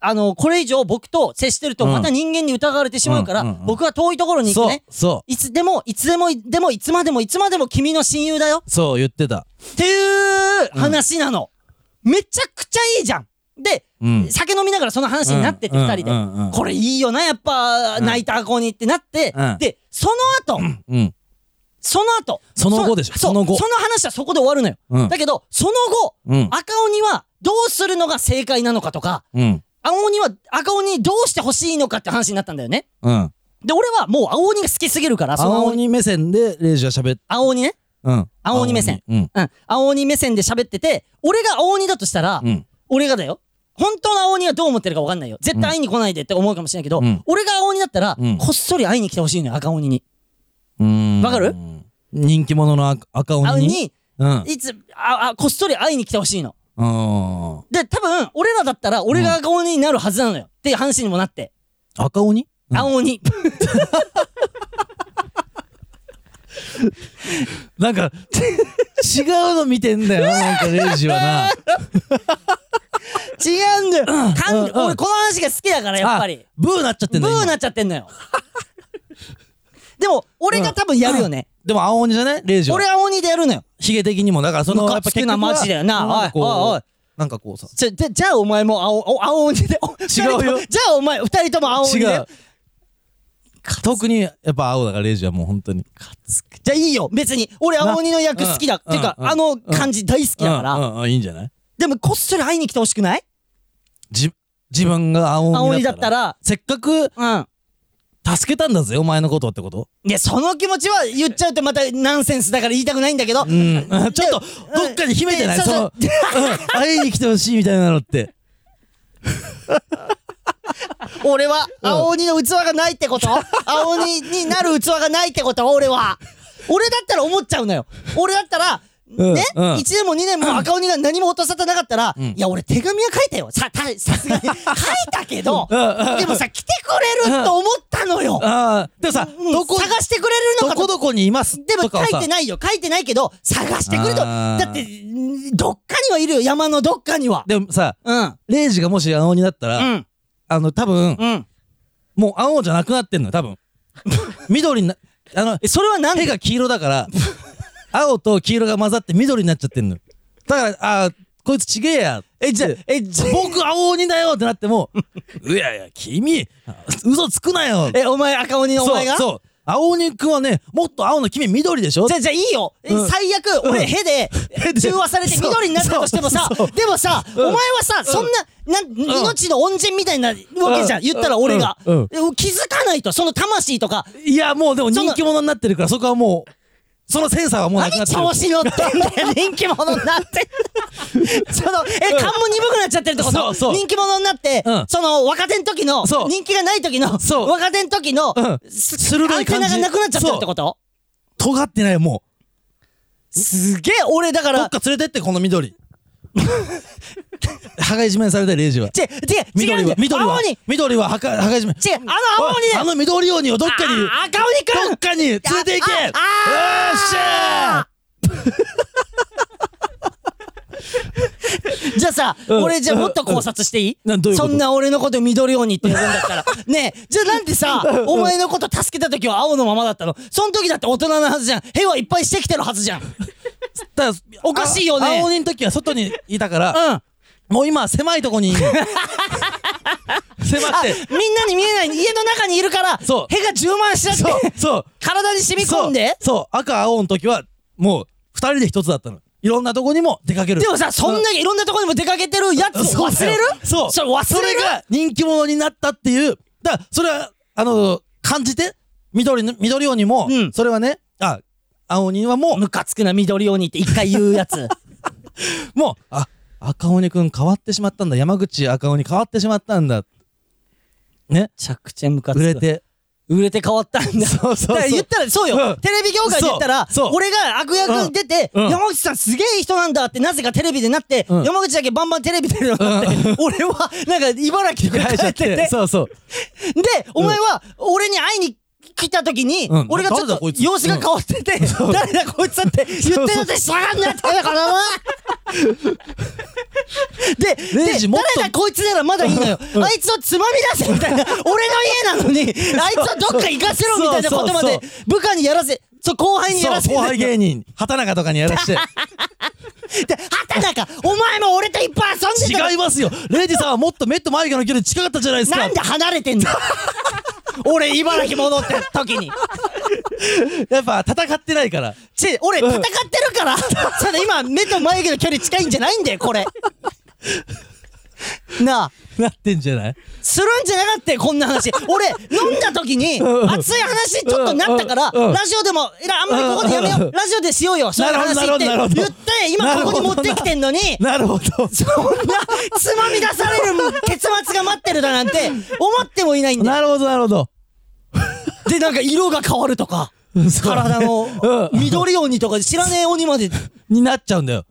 F: あの、これ以上僕と接してると
C: うん
F: また人間に疑われてしまうから、
C: うんうんうん
F: 僕は遠いところ
C: う。
F: に行く
C: そう
F: ね。。
C: そ
F: いつでも、いつでも、でも、いつまでも、いつまでも君の親友だよ。
C: う。そう、言ってた。
F: っていう話なの、めちゃくちゃいいじゃんで、
C: うん。
F: 酒飲みながらその話になってて
C: うん
F: 二人で、
C: うんうんうん
F: これいいよなやっぱ、
C: うん
F: 泣いた子にってなって、
C: うん
F: でその後、
C: うん。
F: その後
C: その後でしょ
F: そ
C: そ
F: う
C: の後
F: その話はそこで終わるのよ、
C: うん
F: だけどその後
C: うん。
F: 赤鬼はどうするのが正解なのかとか
C: うん。
F: 青鬼は赤鬼にどうしてほしいのかって話になったんだよね
C: うん。
F: で俺はもう青鬼が好きすぎるからその
C: 青
F: 青鬼
C: 鬼目線でレイジは喋っ
F: 青鬼ね
C: うん。
F: 青鬼目線
C: 青鬼うん。
F: うん青鬼目線で喋ってて俺が青鬼だとしたら、
C: うん。
F: 俺がだよ。本当の青鬼はどう思ってるか分かんないよ。絶対会いに来ないでって思うかもしれないけど、
C: うん
F: 俺が青鬼だったら、
C: うん
F: こっそり会いに来てほしいのよ、赤鬼に。
C: うん。
F: わかる
C: 人気者の赤赤
F: 青
C: 鬼
F: 鬼
C: に。
F: に、
C: うん。
F: いつ、あ、あ、こっそり会いに来てほしいの。
C: うん。
F: で、多分、俺らだったら、俺が赤鬼になるはずなのよ。っていう話にもなって。
C: 赤鬼うん
F: 青鬼。
C: なんか、 違うの見てんだよな、なんかレイジはな。
F: 違うんだよ感
C: うんうん
F: 俺この話が好きだからやっぱり
C: あブーなっちゃってん
F: ブ
C: だ
F: ー
C: 今
F: なっちゃってんのよ でも俺が多分やるよね
C: でも青鬼じゃないレイジは
F: 俺は鬼でやるのよ
C: ヒゲ的にもだからその
F: ム
C: や
F: カ
C: っぱ
F: つく
C: 結局は
F: なマジだよなん
C: かこう
F: おいおいおい
C: なんかこうさ
F: じゃじゃじゃあお前も青お青鬼でお二人とも
C: 違うよ
F: じゃあお前二人とも青鬼
C: 違
F: で
C: う特にやっぱ青だからレイジはもう本当に
F: じゃあいいよ別に俺青鬼の役好きだっ
C: うん
F: ていうか
C: うんうん
F: あの感じ大好きだか
C: う
F: ら
C: んうんうんいいんじゃない
F: でもこっそり会いに来てほしくない
C: じ自分が青
F: 青
C: 鬼
F: 鬼
C: だ
F: だ
C: っ
F: ったた
C: ら
F: ら
C: せっかく
F: うん
C: 助けたんだぜお前のことって こと
F: いやその気持ちは言っちゃうとまたナンセンスだから言いたくないんだけど
C: うんちょっとどっかに秘めてない
F: うん
C: そのうん会いに来てほしいみたいなのって
F: 俺は青鬼の器がないってこと 青鬼になる器がないってこと俺は俺だったら思っちゃうのよ俺だったら
C: うん
F: ね、
C: うん
F: 1年も2年も赤鬼が何も落とされてなかったら、
C: ん
F: いや俺手紙は書いたよさた さすがに書いたけどでもさ来てくれると思ったのよ、
C: ああでもさ
F: うん
C: どこ
F: 探してくれる
C: ど
F: のか
C: ことどこにいます
F: でも
C: とかをさ
F: 書いてないよ書いてないけど探してくれと
C: あー
F: だってんどっかにはいるよ山のどっかには
C: でもさ
F: うん
C: レイジがもし青鬼だった
F: う
C: ら
F: ん
C: あの多分
F: うん
C: もう青じゃなくなってんのよ多 分緑になあの
F: えそれは何
C: 手
F: で
C: が黄色だから 青と黄色が混ざって緑になっちゃってんのよだからあーこいつちげえやえじゃえじゃ僕青鬼だよってなって もいやいや君嘘つくなよ
F: えお前赤鬼のお前
C: そ
F: が
C: うそう青鬼くんはねもっと青の君緑でしょ
F: じゃあ、じゃあいいよ、え
C: うん
F: 最悪、
C: うん
F: 俺、へで、
C: で
F: 中和されて緑になったとしてもさ
C: そうそう、
F: でもさ、お
C: ん
F: 前はさ、そんな、なん、命の恩人みたいなわけじ
C: う
F: ゃ
C: ん
F: ん。言ったら俺が。
C: うん
F: え気づかないと、その魂とか、
C: いやもうでも人気者になってるからそこはもうそのセンサーはもうなくな
F: 何
C: ってる
F: 調子乗ってんだ よ、人気者になって。 その、え、勘も鈍くなっちゃってるってこ
C: そう
F: と
C: そう
F: 人気者になって
C: うん、
F: その、若手の時の、
C: そう
F: 人気がない時の、
C: そう
F: 若手の時の、
C: うん
F: す
C: 鋭い感じ
F: アンテナがなくなっちゃってるってこと
C: 尖ってないも
F: すげえ、俺だか
C: うどっ
F: ら、
C: か連れてってこの 緑歯がいじめにされたレイジは
F: ち違う、違う
C: 緑
F: んだ
C: は緑
F: よ、
C: は
F: 青鬼違う、
C: 緑ははかはがいじめ
F: あの青鬼だ
C: おい
F: よ
C: あの緑鬼をどっかに
F: あ赤鬼くん
C: どっかに連れて行けよ
F: ああ
C: っしゃ
F: じゃあさ、
C: うん
F: 俺じゃあもっと考察していい、
C: うんなんどういうこと
F: そんな俺のこと緑鬼って呼ぶんだった ら。ねえ、じゃあなんでさ、お前のこと助けた時は青のままだったのその時だって大人なはずじゃん。兵はいっぱいしてきてるはずじゃん。う
C: だら
F: おかしいよね
C: あ青鬼の時は外にいたから
F: ん。
C: もう今は狭いとこ に狭くて
F: みんなに見えない家の中にいるから、
C: そう
F: 兵が充満しちゃっ
C: そう
F: て、
C: そう
F: 体に染み込んで。
C: そうそう赤青の時はもう二人で一つだったのいろんなとこにも出かける
F: でもさ、そん
C: う
F: なにいろんなところにも出かけてるやつを忘れる
C: そう
F: それ忘れ
C: それ
F: る
C: が人気者になったっていうだからそれはあの感じて緑の緑鬼も、
F: うん
C: それはねあ青鬼はもう
F: ムカつくな緑鬼って一回言うや つ。
C: もうあ赤鬼くん変わってしまったんだ山口赤鬼変わってしまったんだね
F: めちゃくちゃムカつく
C: 売れ て
F: 売れて変わったんだ
C: そうそうそう
F: だから言ったらそうよ、
C: うん
F: テレビ業界で言ったら
C: そうそう
F: 俺が悪役に出て、
C: うんうん
F: 山口さんすげえ人なんだってなぜかテレビでなって、
C: うん
F: 山口だけバンバンテレビ出るようになって、俺はなんか茨城とか
C: 返しち
F: 帰
C: ゃ
F: っ
C: って
F: て
C: て そうそう
F: でお前は俺に会いに来た時に、
C: うん
F: 俺がちょっ
C: 誰だ
F: と
C: こいつ
F: 様子が変わってて、誰だこいつだって言ってるのって下がんなってだからなでで
C: レイジもっと
F: 誰だこいつならまだいいのよ、あいつをつまみ出せみたいな俺の家なのにあいつをどっか行かせろみたいなことま
C: そう
F: で
C: そう
F: 部下にやらせそう後輩にや
C: そう
F: らせ
C: 後輩芸人畑中とかにやら して
F: で畑中お前も俺といっぱい遊んでたの
C: 違いますよレイジさんはもっと目と眉毛の距離近かったじゃないですか
F: なんで離れてんだ 俺茨城戻った時に
C: やっぱ戦ってないから
F: ち、俺戦ってる から、それ今目と眉毛の距離近いんじゃないんだよ、これ。 なあ、
C: なってんじゃない
F: するんじゃなかったよ、こんな話。俺、飲んだ時に、熱い話ちょっとなったから、
C: うんうん
F: ラジオでも、いやあんまりここでやめよ
C: うん
F: う、ラジオでしようよ、そういう話
C: なるほど
F: って
C: なるほど
F: 言って、今ここに持ってきてんのに、
C: なるほど
F: そんな、つまみ出される結末が待ってるだなんて、思ってもいないんだよ。
C: なるほどなるほど
F: で、なんか色が変わるとか、
C: そう
F: 体の
C: うん
F: 緑鬼とか知らねえ鬼まで、
C: になっちゃうんだ よ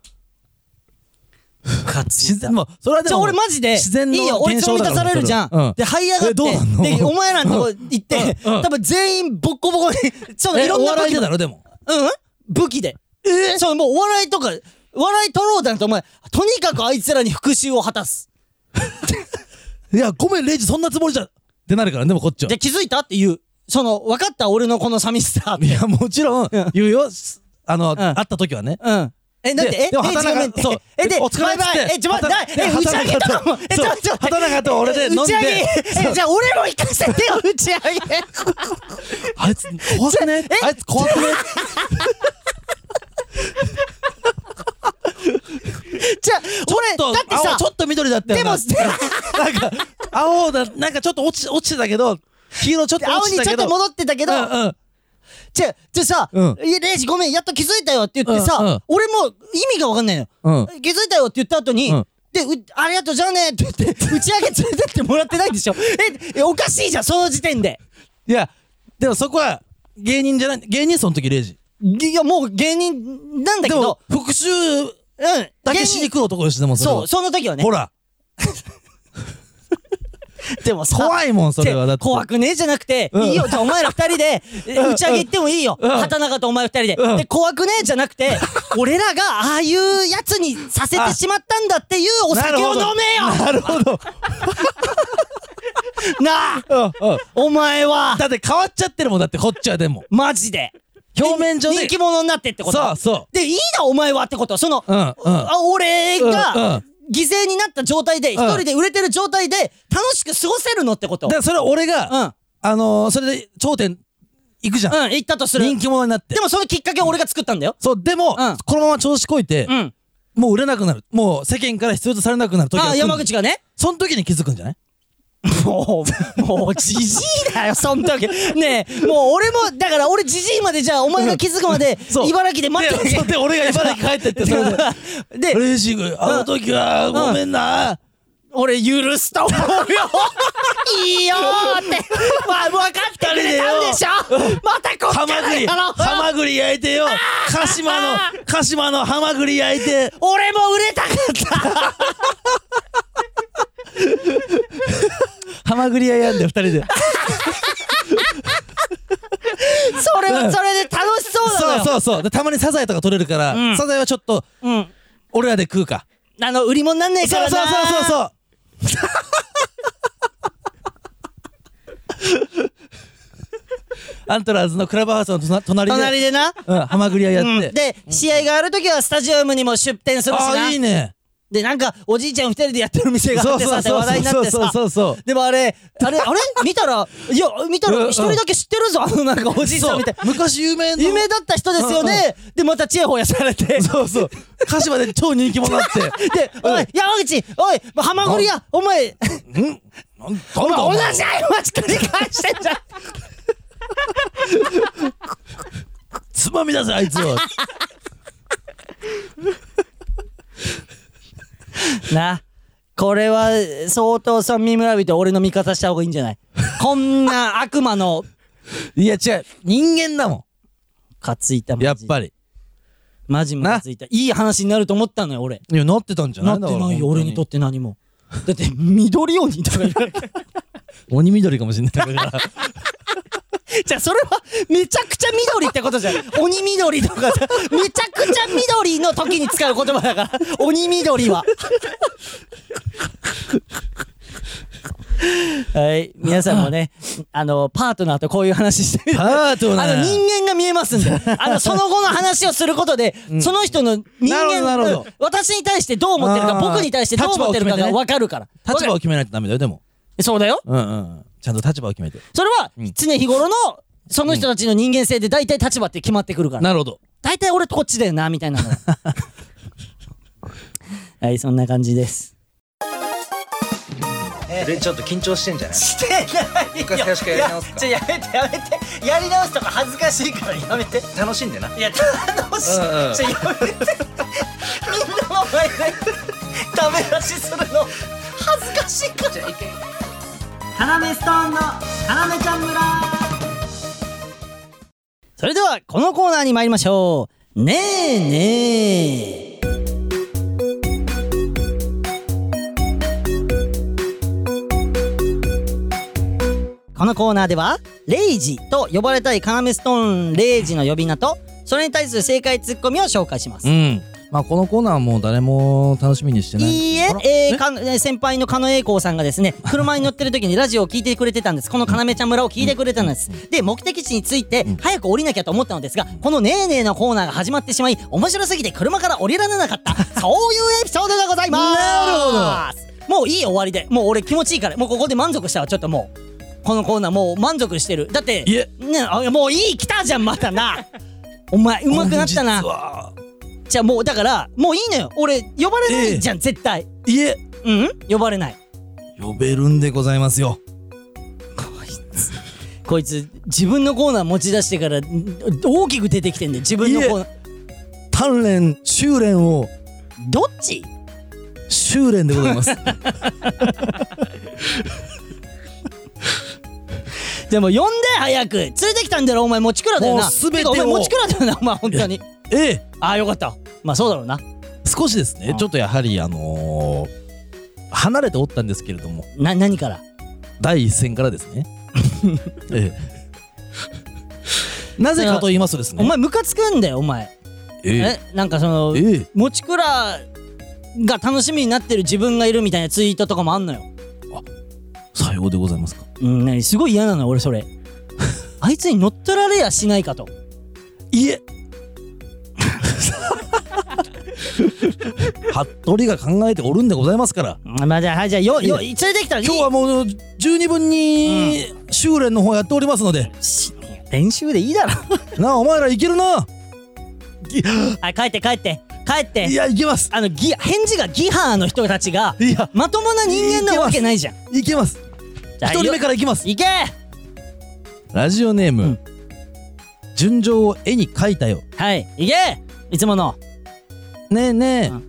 F: 勝
C: 自然もうそれはで
F: じゃあ
C: も
F: 俺マジで、
C: 自然の
F: いいよ、俺
C: 現
F: つま
C: 象
F: み
C: だ
F: 出
C: から
F: されるじゃん。
C: そはうん
F: で、這い上が
C: えどうなん
F: って、
C: の
F: で、お前らのとこ行って、
C: うんうん
F: 多分全員ボッコボコに、ちょっとい
C: え
F: ろん
C: お
F: な武
C: 笑い
F: 器
C: でだろでも
F: うん武器で。えそう、もうお笑いとか、笑い取ろうだなんてお前、とにかくあいつらに復讐を果たす。
C: いや、ごめん、レイジ、そんなつもりじゃ、ってなるから、でもこっちは。
F: で、気づいたっていう。その、分かった俺のこの寂しさ。
C: いや、もちろん
F: うん、
C: 言うよ。すあの、
F: ん
C: 会った時はね。
F: うん。え、なんで、
C: で
F: え、
C: でも
F: え
C: 畑中
F: ごめん
C: そう
F: え、で、
C: お疲れっつって
F: バイバイえ、ちょ、待って、
C: 畑
F: え、打ち上げたの
C: 畑中と
F: え、ちょ、ちょ、
C: 畑中と俺で飲んで
F: 打ち上げえ、じゃあ俺も行かせてよ、打ち上げ。
C: あいつ、怖くねあいつ、怖くね
F: じゃあ、
C: ちょ
F: 俺、だってさ
C: 青、ちょっと緑だったよ
F: でも
C: な。、 なんか、青だ、なんかちょっと落ち、落ちてたけど、黄色ちょっと
F: 青
C: 落
F: に
C: ちてた
F: ちょっ
C: けど。
F: と戻ってたけど、
C: うんうん。
F: じゃあ、じゃあさ、
C: うん
F: いや、レイジごめん、やっと気づいたよって言ってさ、
C: うんうん
F: 俺もう意味がわかんないの。
C: うん
F: 気づいたよって言った後に、
C: うん
F: で、うありがとう、じゃあねって言って、 打ち上げ連れてってもらってないでしょ。え、えおかしいじゃん、その時点で。
C: いや、でもそこは、芸人じゃない、芸人その時、レイジ。
F: いや、もう芸人なんだけ
C: で
F: ど
C: も、、復讐
F: うん。
C: だけしに来る男よし、でもそれは
F: そう、その時はね
C: ほ。ら、
F: でもさ、
C: 怖いもん、それは。だって。
F: 怖くねえじゃなくて、
C: うん
F: いいよ、じゃあお前ら二 人で、え打ち上げ行ってもいいよ。
C: うん
F: 畑中とお前二人
C: う
F: で。
C: ん
F: で、怖くねえじゃなく て、俺らがああいうやつにさせてしまったんだっていう お
C: なる
F: 酒を
C: ほ
F: 飲
C: ど
F: めよ
C: なるほど。
F: なあ
C: うんうん
F: お前は、
C: だって変わっちゃってるもん、だってこっちはでも。
F: マジで。
C: 表面上で。
F: 人気者になってってこと
C: そうそ
F: で、いいな、お前はってこと。その、
C: う。うんうん。
F: あ俺
C: うんう
F: が
C: ん
F: 犠牲になった状態で、一人で売れてる状態で、楽しく過ごせるのってこと。
C: だからそれは俺
F: うん。う
C: が、
F: ん、
C: あのー、それで頂点行くじゃん。
F: 行ったとする。
C: 人気者になって
F: で。もそのきっかけを俺が作ったんだよ。
C: そう、でも
F: うん、
C: このまま調子こいて
F: う、ん。
C: もう売れなくなる。もう世間から必要とされなくなる時が来
F: あ、
C: る
F: 山口がね。
C: その時に気づくんじゃない
F: も う、もう、じじいだよ、そん時。ねえ、もう俺も、だから俺じじいまでじゃあ、お前が気づくまで、
C: そう
F: 茨城で待って
C: でそうで、俺が茨城帰ってって、そ れで。
F: る。で、
C: レイジ君、あの時は、ごめんな。
F: 俺許すと思う よいいよーって、まあ、分かってくれたんでしょまたこっ
C: ハ
F: か
C: マ
F: ら
C: グリ、
F: やろう
C: ハマグリ焼いてよ。鹿島の、鹿島のハマグリ焼いて。
F: 俺も売れたかった
C: ハマグリ屋やんで、二人で。
F: それはそれで楽しそうなの
C: そうそ
F: よ
C: うそう。でたまにサザエとか取れるから、
F: うん
C: サザエはちょっと、
F: うん。
C: 俺らで食うか。
F: あの、売り物なんねえか
C: そう
F: らな
C: そうそうそう
F: う。
C: そう。アントラーズのクラブハウスの隣隣で、
F: 隣でな。
C: うん、ハマグリ屋や
F: うん
C: って。
F: で、試合があるときはスタジアムにも出店するし
C: あ
F: な
C: あ、いいね。
F: で、なんか、おじいちゃん二人でやってる店があ
C: そ
F: っ
C: う
F: て
C: そ
F: さ、
C: う
F: で
C: そう
F: 話題になって
C: そう
F: さ。
C: そうそう。
F: でもあれ、あれ、あれ見たら、いや、見
C: う
F: た
C: んう
F: ら
C: ん
F: 一人だけ知ってるぞ、あのなんかおじいさんみたいな。
C: そう昔有名な。
F: 有名だった人ですよね。で、またチヤホヤされて。
C: そうそう。鹿島で超人気者になって。
F: で、おい、山口、おい、ハマグリや、お前、
C: んなん
F: お
C: だ
F: 前同じ過ち繰り返してんじゃん。
C: つまみ出せ、あいつを。
F: なこれは相当さん三村人俺の味方した方がいいんじゃ ないこんな悪魔の
C: いや、違う。人間だも
F: かついたマ
C: ん。
F: ジ
C: やっぱり。
F: マジムカついたいい話になると思ったのよ俺
C: いや、なってたんじゃな
F: ないってな
C: だから本
F: いよ
C: 当
F: 俺にとって何もだって緑鬼とか言われて
C: 鬼緑かもし れないから。
F: じゃあそれはめちゃくちゃ緑ってことじゃん鬼緑とか さめちゃくちゃ緑の時に使う言葉だから鬼緑 ははい皆さんもねあのパートナーとこういう話してみて
C: パートナー
F: あの人間が見えますんで、あのその後の話をすることで、その人の人間
C: なるほどなるほど
F: 私に対してどう思ってるか、
C: あー
F: 僕に対してどう思ってるか
C: 立場を決め
F: が
C: てね
F: 分かるから。
C: 立場
F: わ
C: を
F: か
C: 決めないとダメだよ、でも。
F: るそうだよ。
C: うんうんうん。ちゃんと立場を決めて。
F: それは常日頃のその人たちの人間性で大体立場って決まってくるから。
C: なるほど。
F: 大体俺こっちだよな、みたいなの。はい、そんな感じです。
B: でちょっと緊張してんじゃない
F: してない
B: 一回最初からやり直すか
F: やめてやめて。やり直すとか恥ずかしいからやめて。
B: 楽しんでない
F: や楽しい、
B: うんうん
F: ちょやめてみんなの前でダメ出しするの恥ずかしいからじゃあ一回ストーンの花ちゃん村それではこのコーナーに参りましょうねえねえこのコーナーでは「レイジ」と呼ばれたい要ストーンレイジの呼び名とそれに対する正解ツッコミを紹介します
C: うん。まあこのコーナーはもう誰も楽しみにしてない
F: いいえ
C: あら、
F: えーかんえー先輩の狩野英孝さんがです ね、車に乗ってる時にラジオを聞いてくれてたんです。この要ちゃん村を聞いてくれてたんです。で、目的地について
C: ん、
F: 早く降りなきゃと思ったのですが、このねえねえのコーナーが始まってしまい、面白すぎて車から降りられなかった、 そういうエピソードでございます。
C: な
F: るほど。もういいよ終わりで。もう俺気持ちいいから、もうここで満足したわ、ちょっともう。このコーナーもう満足してる。だって、
C: いえ
F: ねあもういい来たじゃん、またな。 お前、うまくなったな
C: 本日。は
F: じゃあもうだから、もういいのよ。俺、呼ばれないじゃん、絶対。
C: いえ
F: うん呼ばれない
C: 呼べるんでございますよ
F: こいつ自分のコーナー持ち出してからん大きく出てきてんで自分のコーナー
C: 鍛錬修練を
F: どっち
C: 修練でござ います
F: でも呼んで早く連れてきたんだろお前持ちくらだよな
C: もう全てを
F: てかお前持ちくらだよなお前本当に
C: ええ
F: ああよかったまあそうだろうな
C: 少しですね
F: あ
C: ちょっとやはりあのー離れておったんですけれども
F: な何から
C: 第一線からです ねええなぜかと言いますとですね
F: お前ムカつくんだよお前
C: ええ
F: えなんかその
C: ええ
F: 持ちくらが楽しみになってる自分がいるみたいなツイートとかもあんのよ
C: さようでございますか
F: うん何すごい嫌なのよ俺それ あいつに乗っ取られやしないかと
C: いえ服部が考えておるんでございますから
F: まあじゃあはいじゃあよよ連れてきたらいい
C: 今日はもう十二分に修練の方やっておりますので、
F: し練習でいいだろ
C: なあお前らいけるな
F: あ帰って帰って帰っ
C: い
F: て
C: やいけます
F: あのギ返事がギハーの人たちが
C: いや
F: まともな人間なわけないじゃん
C: いけます
F: じゃ
C: 一
F: あ
C: 人目
F: よ
C: からいきます
F: 行け
C: ラジオネーム、
F: うん
C: 純情を絵に描いたよ
F: はい行けいつもの、
C: ねえねえ、
F: うん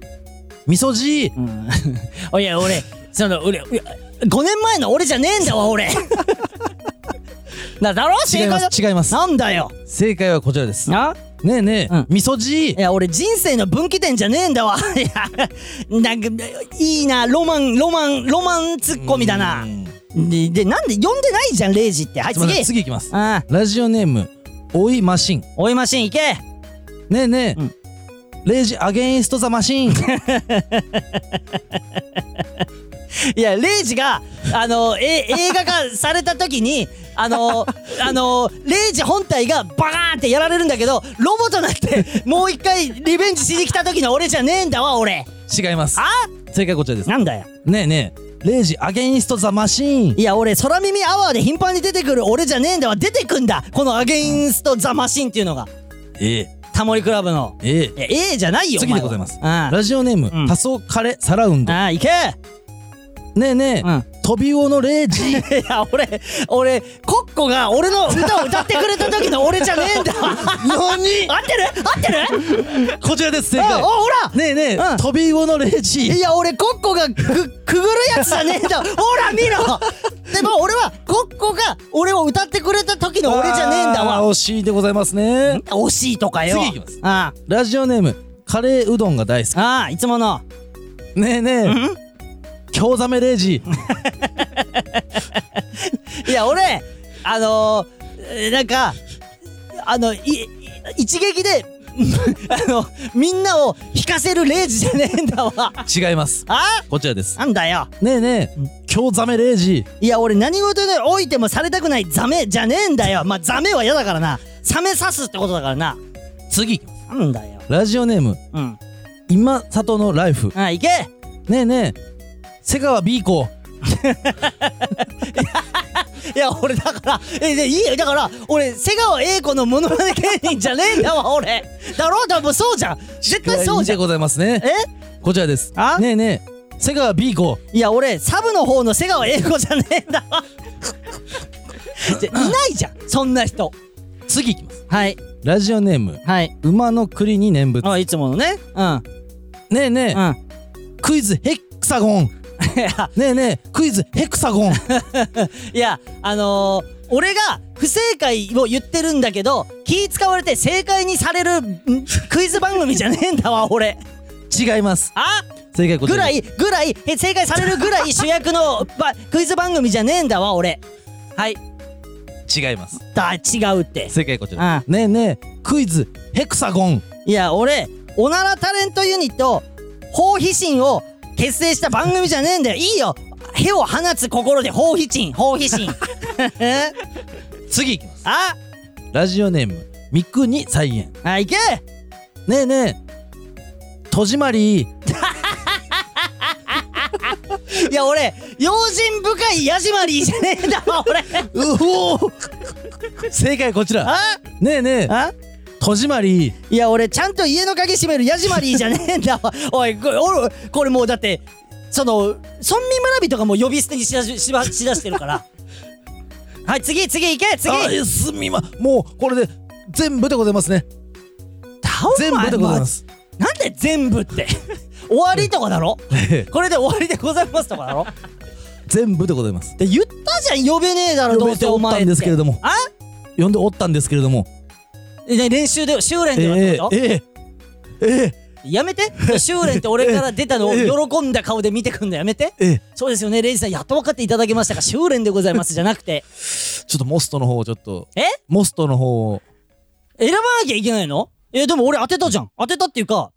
C: みそじ
F: うん おいや俺その俺5年前の俺じゃねえんだわ俺なだろ
C: 違いま
F: 正
C: す違いま
F: 解
C: す
F: なんだよ
C: 正解はこちらですね
F: な
C: えね
F: うん
C: えみそじ
F: いや俺人生の分岐点じゃねえんだわいや なんかいいなロマンロマンロマンツッコミだな
C: うん
F: ででなんで呼んでないじゃんレイジってはい
C: すいません
F: 次
C: 次いきます
F: ああ
C: ラジオネームおいマシン
F: 追いマシン行け
C: ねえねえ、
F: うん
C: レイジアゲインストザマシン
F: いやレイジがあのえ映画化された時にあ のあのレイジ本体がバカーンってやられるんだけどロボとなってもう一回リベンジしに来た時の俺じゃねえんだわ俺
C: 違います
F: あ
C: 正解はこちらです
F: なんだよ
C: ねえねえレイジアゲインストザマシン
F: いや俺空耳アワーで頻繁に出てくる俺じゃねえんだわ出てくんだこのアゲインストザマシンっていうのが
C: ええ
F: タモリクラブの
C: ええ
F: いや A じゃないよ
C: 次でございます
F: あ
C: ラジオネーム、
F: うん
C: 多層カレサラウンド
F: ああ行け
C: ねえねえ、
F: うん
C: トビウオのレイジ
F: いや俺俺コッコが俺の歌を歌ってくれた時の俺じゃねえんだ何 合ってる合ってる
C: こちらです正
F: あ
C: 解
F: おほら
C: ねえねえ、
F: うん
C: トビウオのレイ
F: い
C: ジ
F: や俺コッコがくくぐるやつじゃねえん だほら見ろでも俺はコッコが俺を歌ってくれた時の俺じゃねえんだ
C: あー
F: わ
C: 惜しいでございますね
F: 惜しいとかよ
C: 次行きます
F: あ
C: ラジオネームカレーうどんが大好
F: あああいつもの
C: きねえねえ、京ザメレイジ
F: いや俺あのー、えーなんかあのいい一撃で あのみんなを引かせるレイジじゃねえんだわ
C: 違います
F: あ
C: こちらです
F: なんだよ
C: ねえねえ京ザメレイジ
F: いや俺何事においてもされたくないザメじゃねえんだよまあザメは嫌だからなサメ刺すってことだからな
C: 次
F: なんだよ
C: ラジオネーム
F: うん
C: 今里のライフ
F: あ行け
C: ねえねえ瀬川 B 子
F: いや俺だからえでいいよだから俺瀬川栄子のモノマネ芸人じゃねえんだわ 俺だろう多分そうじゃん絶対そうじゃ
C: で
F: ん
C: ございますね
F: え
C: こちらです
F: あ
C: ねえねえ瀬川 B 子
F: いや俺サブの方の瀬川栄子じゃねえんだわ じゃいないじゃんそんな人
C: 次いきます
F: はい
C: ラジオネーム
F: はい
C: 馬の栗に念仏
F: あいつものねうん
C: ねえねえ、
F: うん
C: クイズヘクサゴン ねえねえクイズヘクサゴン
F: いやあのー、俺が不正解を言ってるんだけど気使われて正解にされるんクイズ番組じゃねえんだわ俺
C: 違います
F: あ
C: 正解こちら
F: ぐらいぐらいえ正解されるぐらい主役のばクイズ番組じゃねえんだわ俺はい
C: 違います
F: だ違うって
C: 正解こちら
F: あ
C: ねえねえクイズヘクサゴン
F: いや俺おならタレントユニット放飛心を結成した番組じゃねえんだよいいよ屁を放つ心で放飛心放飛心
C: 次いきます
F: あ
C: ラジオネームミクに再現
F: あいけ
C: ねえねえ戸締まり
F: いや俺用心深いヤジマリーじゃねえんだわ 俺
C: うおー正解こちら
F: あ
C: ねえねえ
F: あ
C: 戸締まり
F: いや俺ちゃんと家の鍵閉めるヤジマリーじゃねえんだわ おいこれおいこれもうだってその村民村人とかもう呼び捨てにしだししばしだしてるから はい次次行け次
C: あえすみまもうこれで全部でございますね全部でございます
F: なんで全部って 終わりとかだろこれで終わりでございます とかだろ
C: 全部でございます
F: で言ったじゃん呼べねえだろど
C: 呼
F: う
C: べ
F: せ
C: て
F: お
C: おった
F: 前
C: ん
F: っ
C: ですけれ
F: て
C: ども
F: あ
C: 呼んでおったんですけれども
F: えね練習で修練
C: え
F: でやって
C: え
F: こ
C: ええええ
F: と やめて修練って俺から出たの
C: ええ
F: を喜んだ顔で見てくんのやめて
C: ええ
F: そうですよねレイジさんやっと分かっていただけましたか修練でございますじゃなくて
C: ちょっとモストの方をちょっと
F: え
C: モストの方を
F: 選ばなきゃいけないのえでも俺当てたじゃん当てたっていうか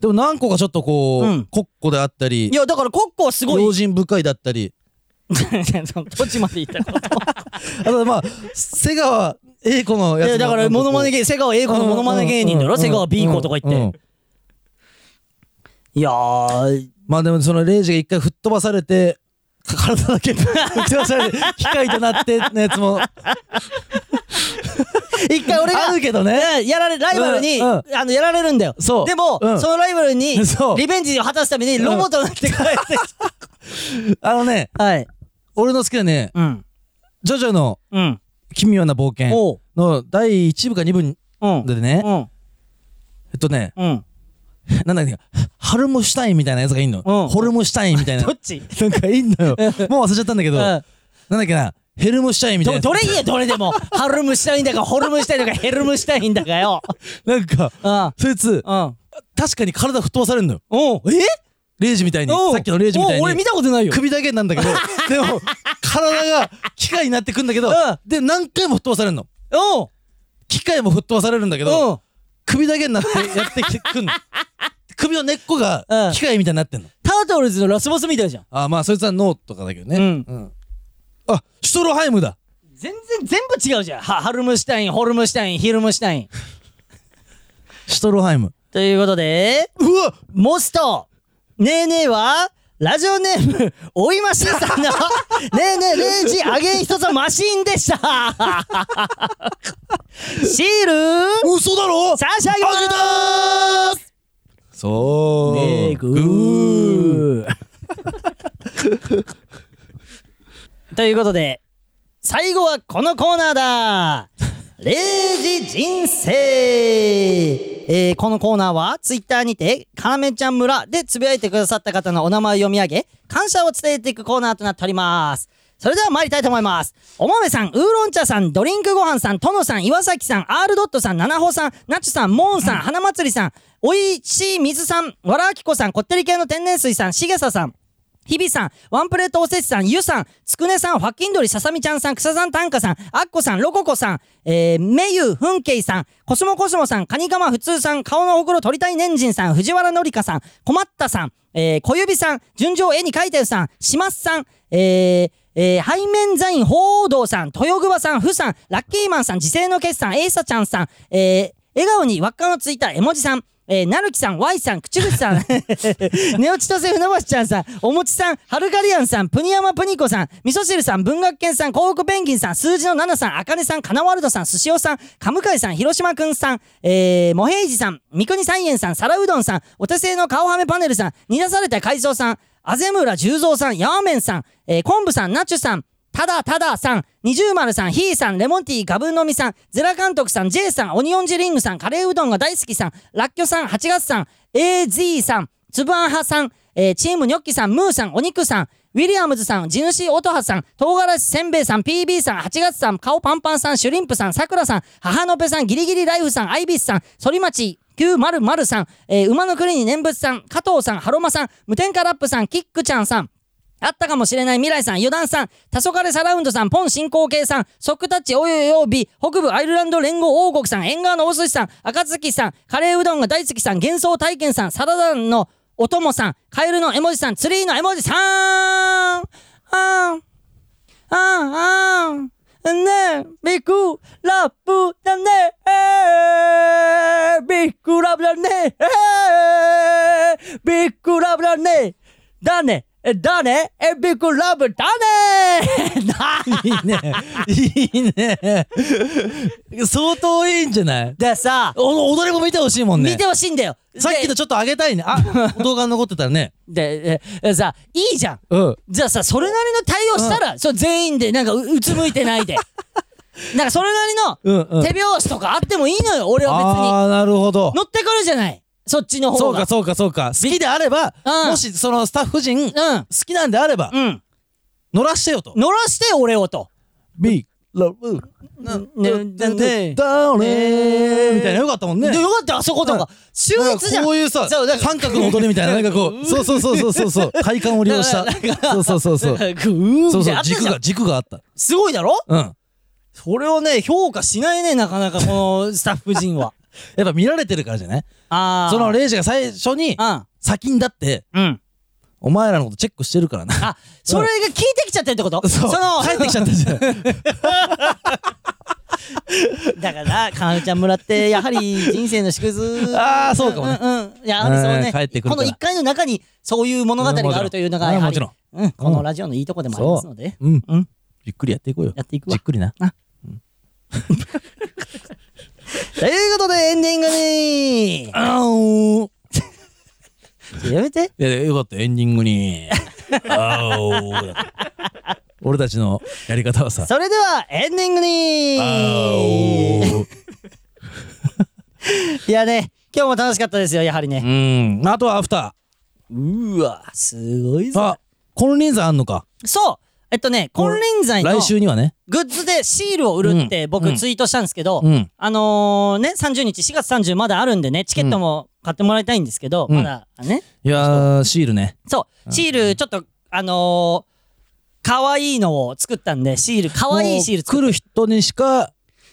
C: でも何個かちょっとこう、
F: うん
C: コッコであったり
F: いやだからコッコはすごい
C: 用心深いだったり
F: どっちまで行ったの
C: あとまあ瀬川栄子のやつ
F: い
C: も
F: やだからモノマネ芸瀬川栄子のモノマネ芸人だろ瀬川 B 子とか言って、
C: うんうん
F: いやー
C: まあでもそのレイジが一回吹っ飛ばされてか体だけ 吹っ飛ばされて機械となってのやつも
F: 一回俺が
C: あるけどね
F: うんやられライバルに、
C: うんうん
F: あのやられるんだよ
C: そう
F: でも、
C: うん
F: そのライバルに
C: そう
F: リベンジを果たすためにロボットになって帰って、
C: あのね
F: はい
C: 俺の好きなね
F: うん
C: ジョジョの
F: うん
C: 奇妙な冒険
F: おう
C: の第1部か2部
F: うん
C: でね
F: うん
C: えっとね
F: うん
C: なんだっけハルムシュタインみたいなやつがいんの
F: うん
C: ホルムシュタインみたいな
F: どっち
C: なんかいいんだよ。もう忘れちゃったんだけど、
F: うん
C: なんだっけな、ヘルムシュタインみたい
F: ど
C: な。
F: どれ言えどれでもハルムしたいんだかホルムしたいんだかヘルムしたいんだか よ
C: なんか、
F: うん
C: そいつ、
F: うん
C: 確かに体吹っ飛ばされるのよ。
F: おうえ
C: レイジみたいに、
F: おう
C: さっきのレイジみたい
F: おう俺見
C: に。
F: たことないよ
C: 首だけなんだ けど、でも、体が機械になってくんだけど、
F: うん
C: で、何回も吹っ飛ばされるの。
F: おう
C: 機械も吹っ飛ばされるんだけ
F: お
C: ど、
F: う
C: 首だけになってやってきて くんの。首の根っこが
F: うん
C: 機械みたいになってんの。
F: タートルズのラスボスみたいじゃん
C: あーまあ、そいつはノーとかだけどね。
F: うん
C: あ、シュトロハイムだ。
F: 全然全部違うじゃんハハルムシュタインホルムシュタインヒルムシュタイン
C: シュトロハイム。
F: ということで
C: うわ
F: モスト、ねえねえは、ラジオネーム、おいましんさんの、ね えねえレイジアゲン一つマシーンでした。シール、
C: 嘘だろ
F: 差し上げ
C: あげた
F: ます
C: そう。
F: ねえぐ
C: ぐー
F: ー。ということで、最後はこのコーナーだレイジ人生えーこのコーナーは、ツイッターにて、かなめちゃん村でつぶやいてくださった方のお名前を読み上げ、感謝を伝えていくコーナーとなっております。それでは参りたいと思います。おもめさん、ウーロン茶さん、ドリンクごはんさん、とのさん、岩崎さん、R ドットさん、ななほさん、なちゅさん、もんさん、花まつりさん、おいしい水さん、わらあきこさん、こってり系の天然水さん、しげささん、日比さん、ワンプレートおせちさん、ゆさん、つくねさん、ファキンドリ、ささみちゃんさん、くささん、たんかさん、あっこさん、ロココさん、えー、めゆ、ふんけいさん、コスモコスモさん、カニカマふつうさん、顔のほくろ取りたいねんじんさん、藤原のりかさん、こまったさん、えー、小指さん、順調絵に描いてるさん、しますさん、えー、えー、背面座員、鳳凰堂さん、豊久保さん、ふさん、ラッキーマンさん、自制の決算、エイサちゃんさん、えー、笑顔に輪っかのついた絵文字さん、えー、なるきさん、Y さん、口口さん、ネオチトセ船橋ちゃんさん、おもちさん、ハルカリアンさん、プニヤマプニコさん、味噌汁さん、文学研さん、幸福ペンギンさん、数字の7さん、あかねさん、かなワルドさん、すしおさん、カムカイさん、広島くんさん、えー、モヘイジさん、三国三円さん、皿うどんさん、お手製の顔はめパネルさん、煮出された海藻さん、あぜむら十三さん、ヤーメンさん、えー、昆布さん、ナチュさん、ただたださん、二重丸さん、ひーさん、レモンティー、ガブ飲みさん、ゼラ監督さん、J さん、オニオンジリングさん、カレーうどんが大好きさん、ラッキョさん、8月さん、AZ さん、つぶあん派さん、えーチームニョッキさん、ムーさん、お肉さん、ウィリアムズさん、地主音羽さん、唐辛子せんべいさん、PB さん、8月さん、顔パンパンさん、シュリンプさん、さくらさん、母のぺさん、ギリギリライフさん、アイビスさん、反町、900さん、えー馬の国に念仏さん、加藤さん、ハロマさん、無添加ラップさん、キックちゃんさん、あったかもしれない未来さん、油断さん、黄昏サラウンドさん、ポン進行形さん、ソックタッチおよよび、北部アイルランド連合王国さん、縁側のお寿司さん、赤月さん、カレーうどんが大好きさん、幻想体験さん、サラダのお供さん、カエルの絵文字さん、ツリーの絵文字さんあーんあんあんねえ、ビッグラップだねえビッグラブだねえビッグラブだねだねえだねえビッグラブだね ない
C: いね。いいね。 相当いいんじゃない
F: でさ、
C: お踊りも見てほしいもんね。
F: 見てほしいんだよ
C: さっきのちょっと上げたい ね。あ、動画残ってたらね。
F: で、ででさ、いいじゃん
C: うん。
F: じゃあさ、それなりの対応したら、そう全員で、なんかう、うつむいてない で。なんか、それなり
C: うんう
F: の、
C: ん
F: 手拍子とかあってもいいのよ、俺は
C: ああ、なるほど
F: 別に。。乗ってくるじゃない。そっちの
C: そ
F: 方
C: うか
F: が。
C: そうかそうか。好きであれば、
F: うん
C: もしそのスタッフ陣、好
F: う
C: きなんであれば、
F: ん。うん。
C: 乗らしてよと。
F: 乗らしてよ、俺をと。
C: ビー、ラブ、
F: ね
C: ダ
F: ね
C: レーみたいなよかったもんね。
F: でよかった、あそこと
C: うん
F: か。秀
C: なん
F: 逸じ
C: か
F: ゃん。
C: こういうさ、
F: そうだから
C: 三角の踊りみたいな、なんかこう、そうそうそうそうそう そう、体幹を利用した。そうそうそうそう。
F: なんかうーん
C: そう
F: って
C: そ
F: あ
C: う、
F: ったじゃん
C: 軸が、軸があった。
F: すごいだろ
C: うん。や
F: それをね、評価しないね、なかなか、このスタッフ陣は。
C: っぱ見られてるからじゃない
F: ああ。
C: その、レイジが最初に、
F: う
C: 先にだって、
F: ん。うん。
C: お前らのことチェックしてるからな。
F: あ、それが聞いてきちゃってるってこと
C: そう。
F: の、
C: 帰ってきちゃったじゃん。
F: だから、かなでちゃん村って、やはり人生の縮 図。
C: あーそうかもね
F: うんうん。やはりそうね。
C: うん帰ってくるから
F: この一回の中に、そういう物語があるというのが、
C: うん
F: やは
C: も
F: り
C: ちろん。
F: うん、このラジオのいいとこでもありますので、
C: うん。
F: うん
C: ゆっくりやっていこうよ。
F: やっていく
C: じ
F: わ
C: っ。くりな。
F: ということで、エンディングに
C: あおー。
F: やめて。
C: いや、よかった、エンディングに。あおーだった。俺たちのやり方はさ、
F: それでは、エンディング
C: あ
F: に
C: おー。
F: いやね、今日も楽しかったですよ、やはりね。
C: うん。あとはアフタ
F: うわ、すごい
C: ー。
F: ぞ
C: あ。、金輪際あんのか。
F: そうえっとね、金輪際の
C: 来週にはね。
F: グッズでシールを売るって
C: う
F: 僕
C: ん
F: ツイートしたんですけど、
C: うん。
F: あのね、30日、4月30まだあるんでね、チケットも買ってもらいたいんですけど、
C: うん
F: まだね。
C: いやー、シールね。
F: そう、シール、ちょっと、あのー、可愛いのを作ったんで、シール、可愛いシール作
C: もう来
F: る。
C: る人にしか、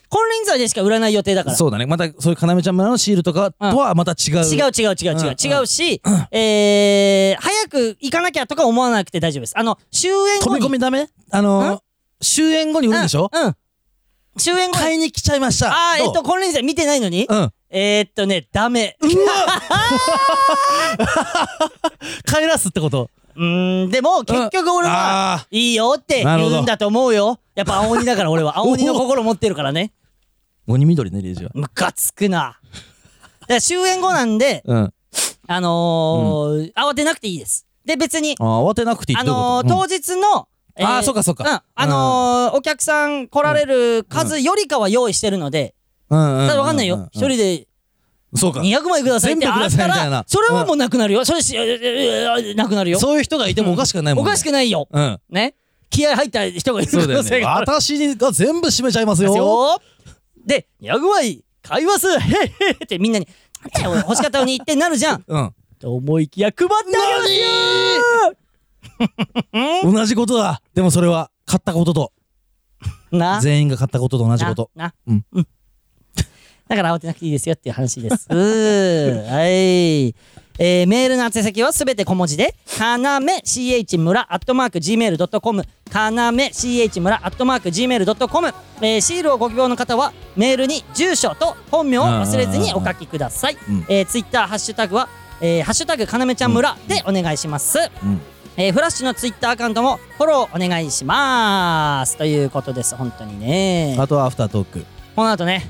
F: 金輪際でしか売らない予定だから。
C: そうだね。また、そういう要ちゃん村のシールとかとはまた違う。
F: 違う違う違う違
C: うんう
F: うん違うし、えー、早く行かなきゃとか思わなくて大丈夫です。あの、終演後
C: 飛
F: に。
C: び込みダメあのー、終演後に売るんでしょ
F: うん。うん終演後に。
C: 買いに来ちゃいました。
F: あー、え
C: ど
F: っ
C: う
F: と、金輪際見てないのに、
C: うん。
F: えー、っとね、ダメ。
C: 帰らすってこと。
F: うーん、でも、結局俺は、
C: ああ
F: いいよって
C: なる
F: 言
C: ほど
F: うんだと思うよ。やっぱ青鬼だから 俺は。青鬼の心持ってるからね。
C: ー。鬼緑ね、レイジは。
F: ムカつくな。だから終演後なんで、
C: うん。あ
F: あのー慌てなくていいです。で、別に、
C: ー慌てなくていいっ
F: あ
C: てどういう
F: のー
C: こと
F: 当日の、
C: うんあー、そうかそう
F: う
C: か。
F: ん、あのーお客さん来られる数よりかは用意してるので、
C: うん
F: ただわかんないよ。一人で
C: そうか。
F: 200枚くださいって
C: 全部く
F: あ
C: だ
F: っ
C: さい
F: た
C: みたい
F: ら
C: な、
F: それはもうなくなるよ。それし、なくなるよ。
C: そういう人がいてもおかしくないも
F: お
C: んね。
F: かしくないよ。
C: うん。
F: ね。気合入った人がいる
C: そう
F: 可
C: だよ
F: 能性
C: ね。
F: がある。
C: 私が全部閉めちゃいます
F: です
C: よ。
F: よ。で、ヤグワイ買いますへっへっへってみんなに、なんだよ、欲しかったのにってなるじゃん。
C: うん。
F: と思いきや配ってあげます よ
C: 同じことだ。でもそれは、買ったことと、
F: な、
C: 全員が買ったことと同じ
F: な
C: こと。、
F: な、
C: うん
F: うん。 だから慌てなくていいですよっていう 話です。うーはい。えーメールの宛先はすべて小文字で、かなめ ch 村アットマーク gmail.com、かなめ ch 村アットマーク gmail.com、えーシールをご希望の方は、メールに住所と本名を忘れずにお書きください。
C: うん
F: えー、ツイッター、ハッシュタグは、えーハッシュタグかなめちゃん村でお願いします。
C: うん。
F: えーフラッシュのツイッターアカウントもフォローお願いしますということです本当にね
C: あとはアフタートーク。
F: この後ね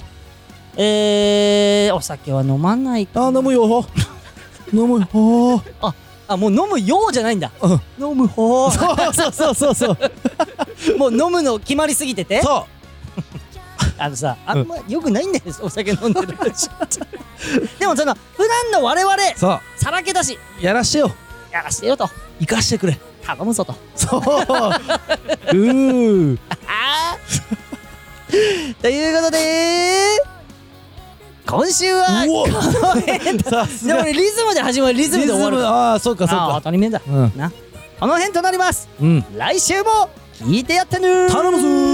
F: えー、お酒は飲まないか
C: あー、飲 むよ。飲むよ。
F: あもう飲むようじゃないんだ
C: うん
F: 飲む方
C: そうそうそうそうそう。
F: もう飲むの決まりすぎてて
C: そ
F: あのさあんまよくないんだよ、お酒飲んでる とでもその普段の我々
C: う。そ
F: さらけ出し
C: う。やらしてよ。
F: やらしてよと
C: 生かしてくれ。
F: 頼むぞと
C: そう。うー。
F: あー ということで今週は
C: うわ
F: この辺で
C: さす
F: でも
C: が。
F: ねリズムで始まるリズムで終わるから
C: ああー、そうかそう
F: ああ
C: か
F: 当。たり前だ
C: うん。
F: なこの辺となります
C: うん
F: 来週も聞いてやってぬー
C: 頼むぞー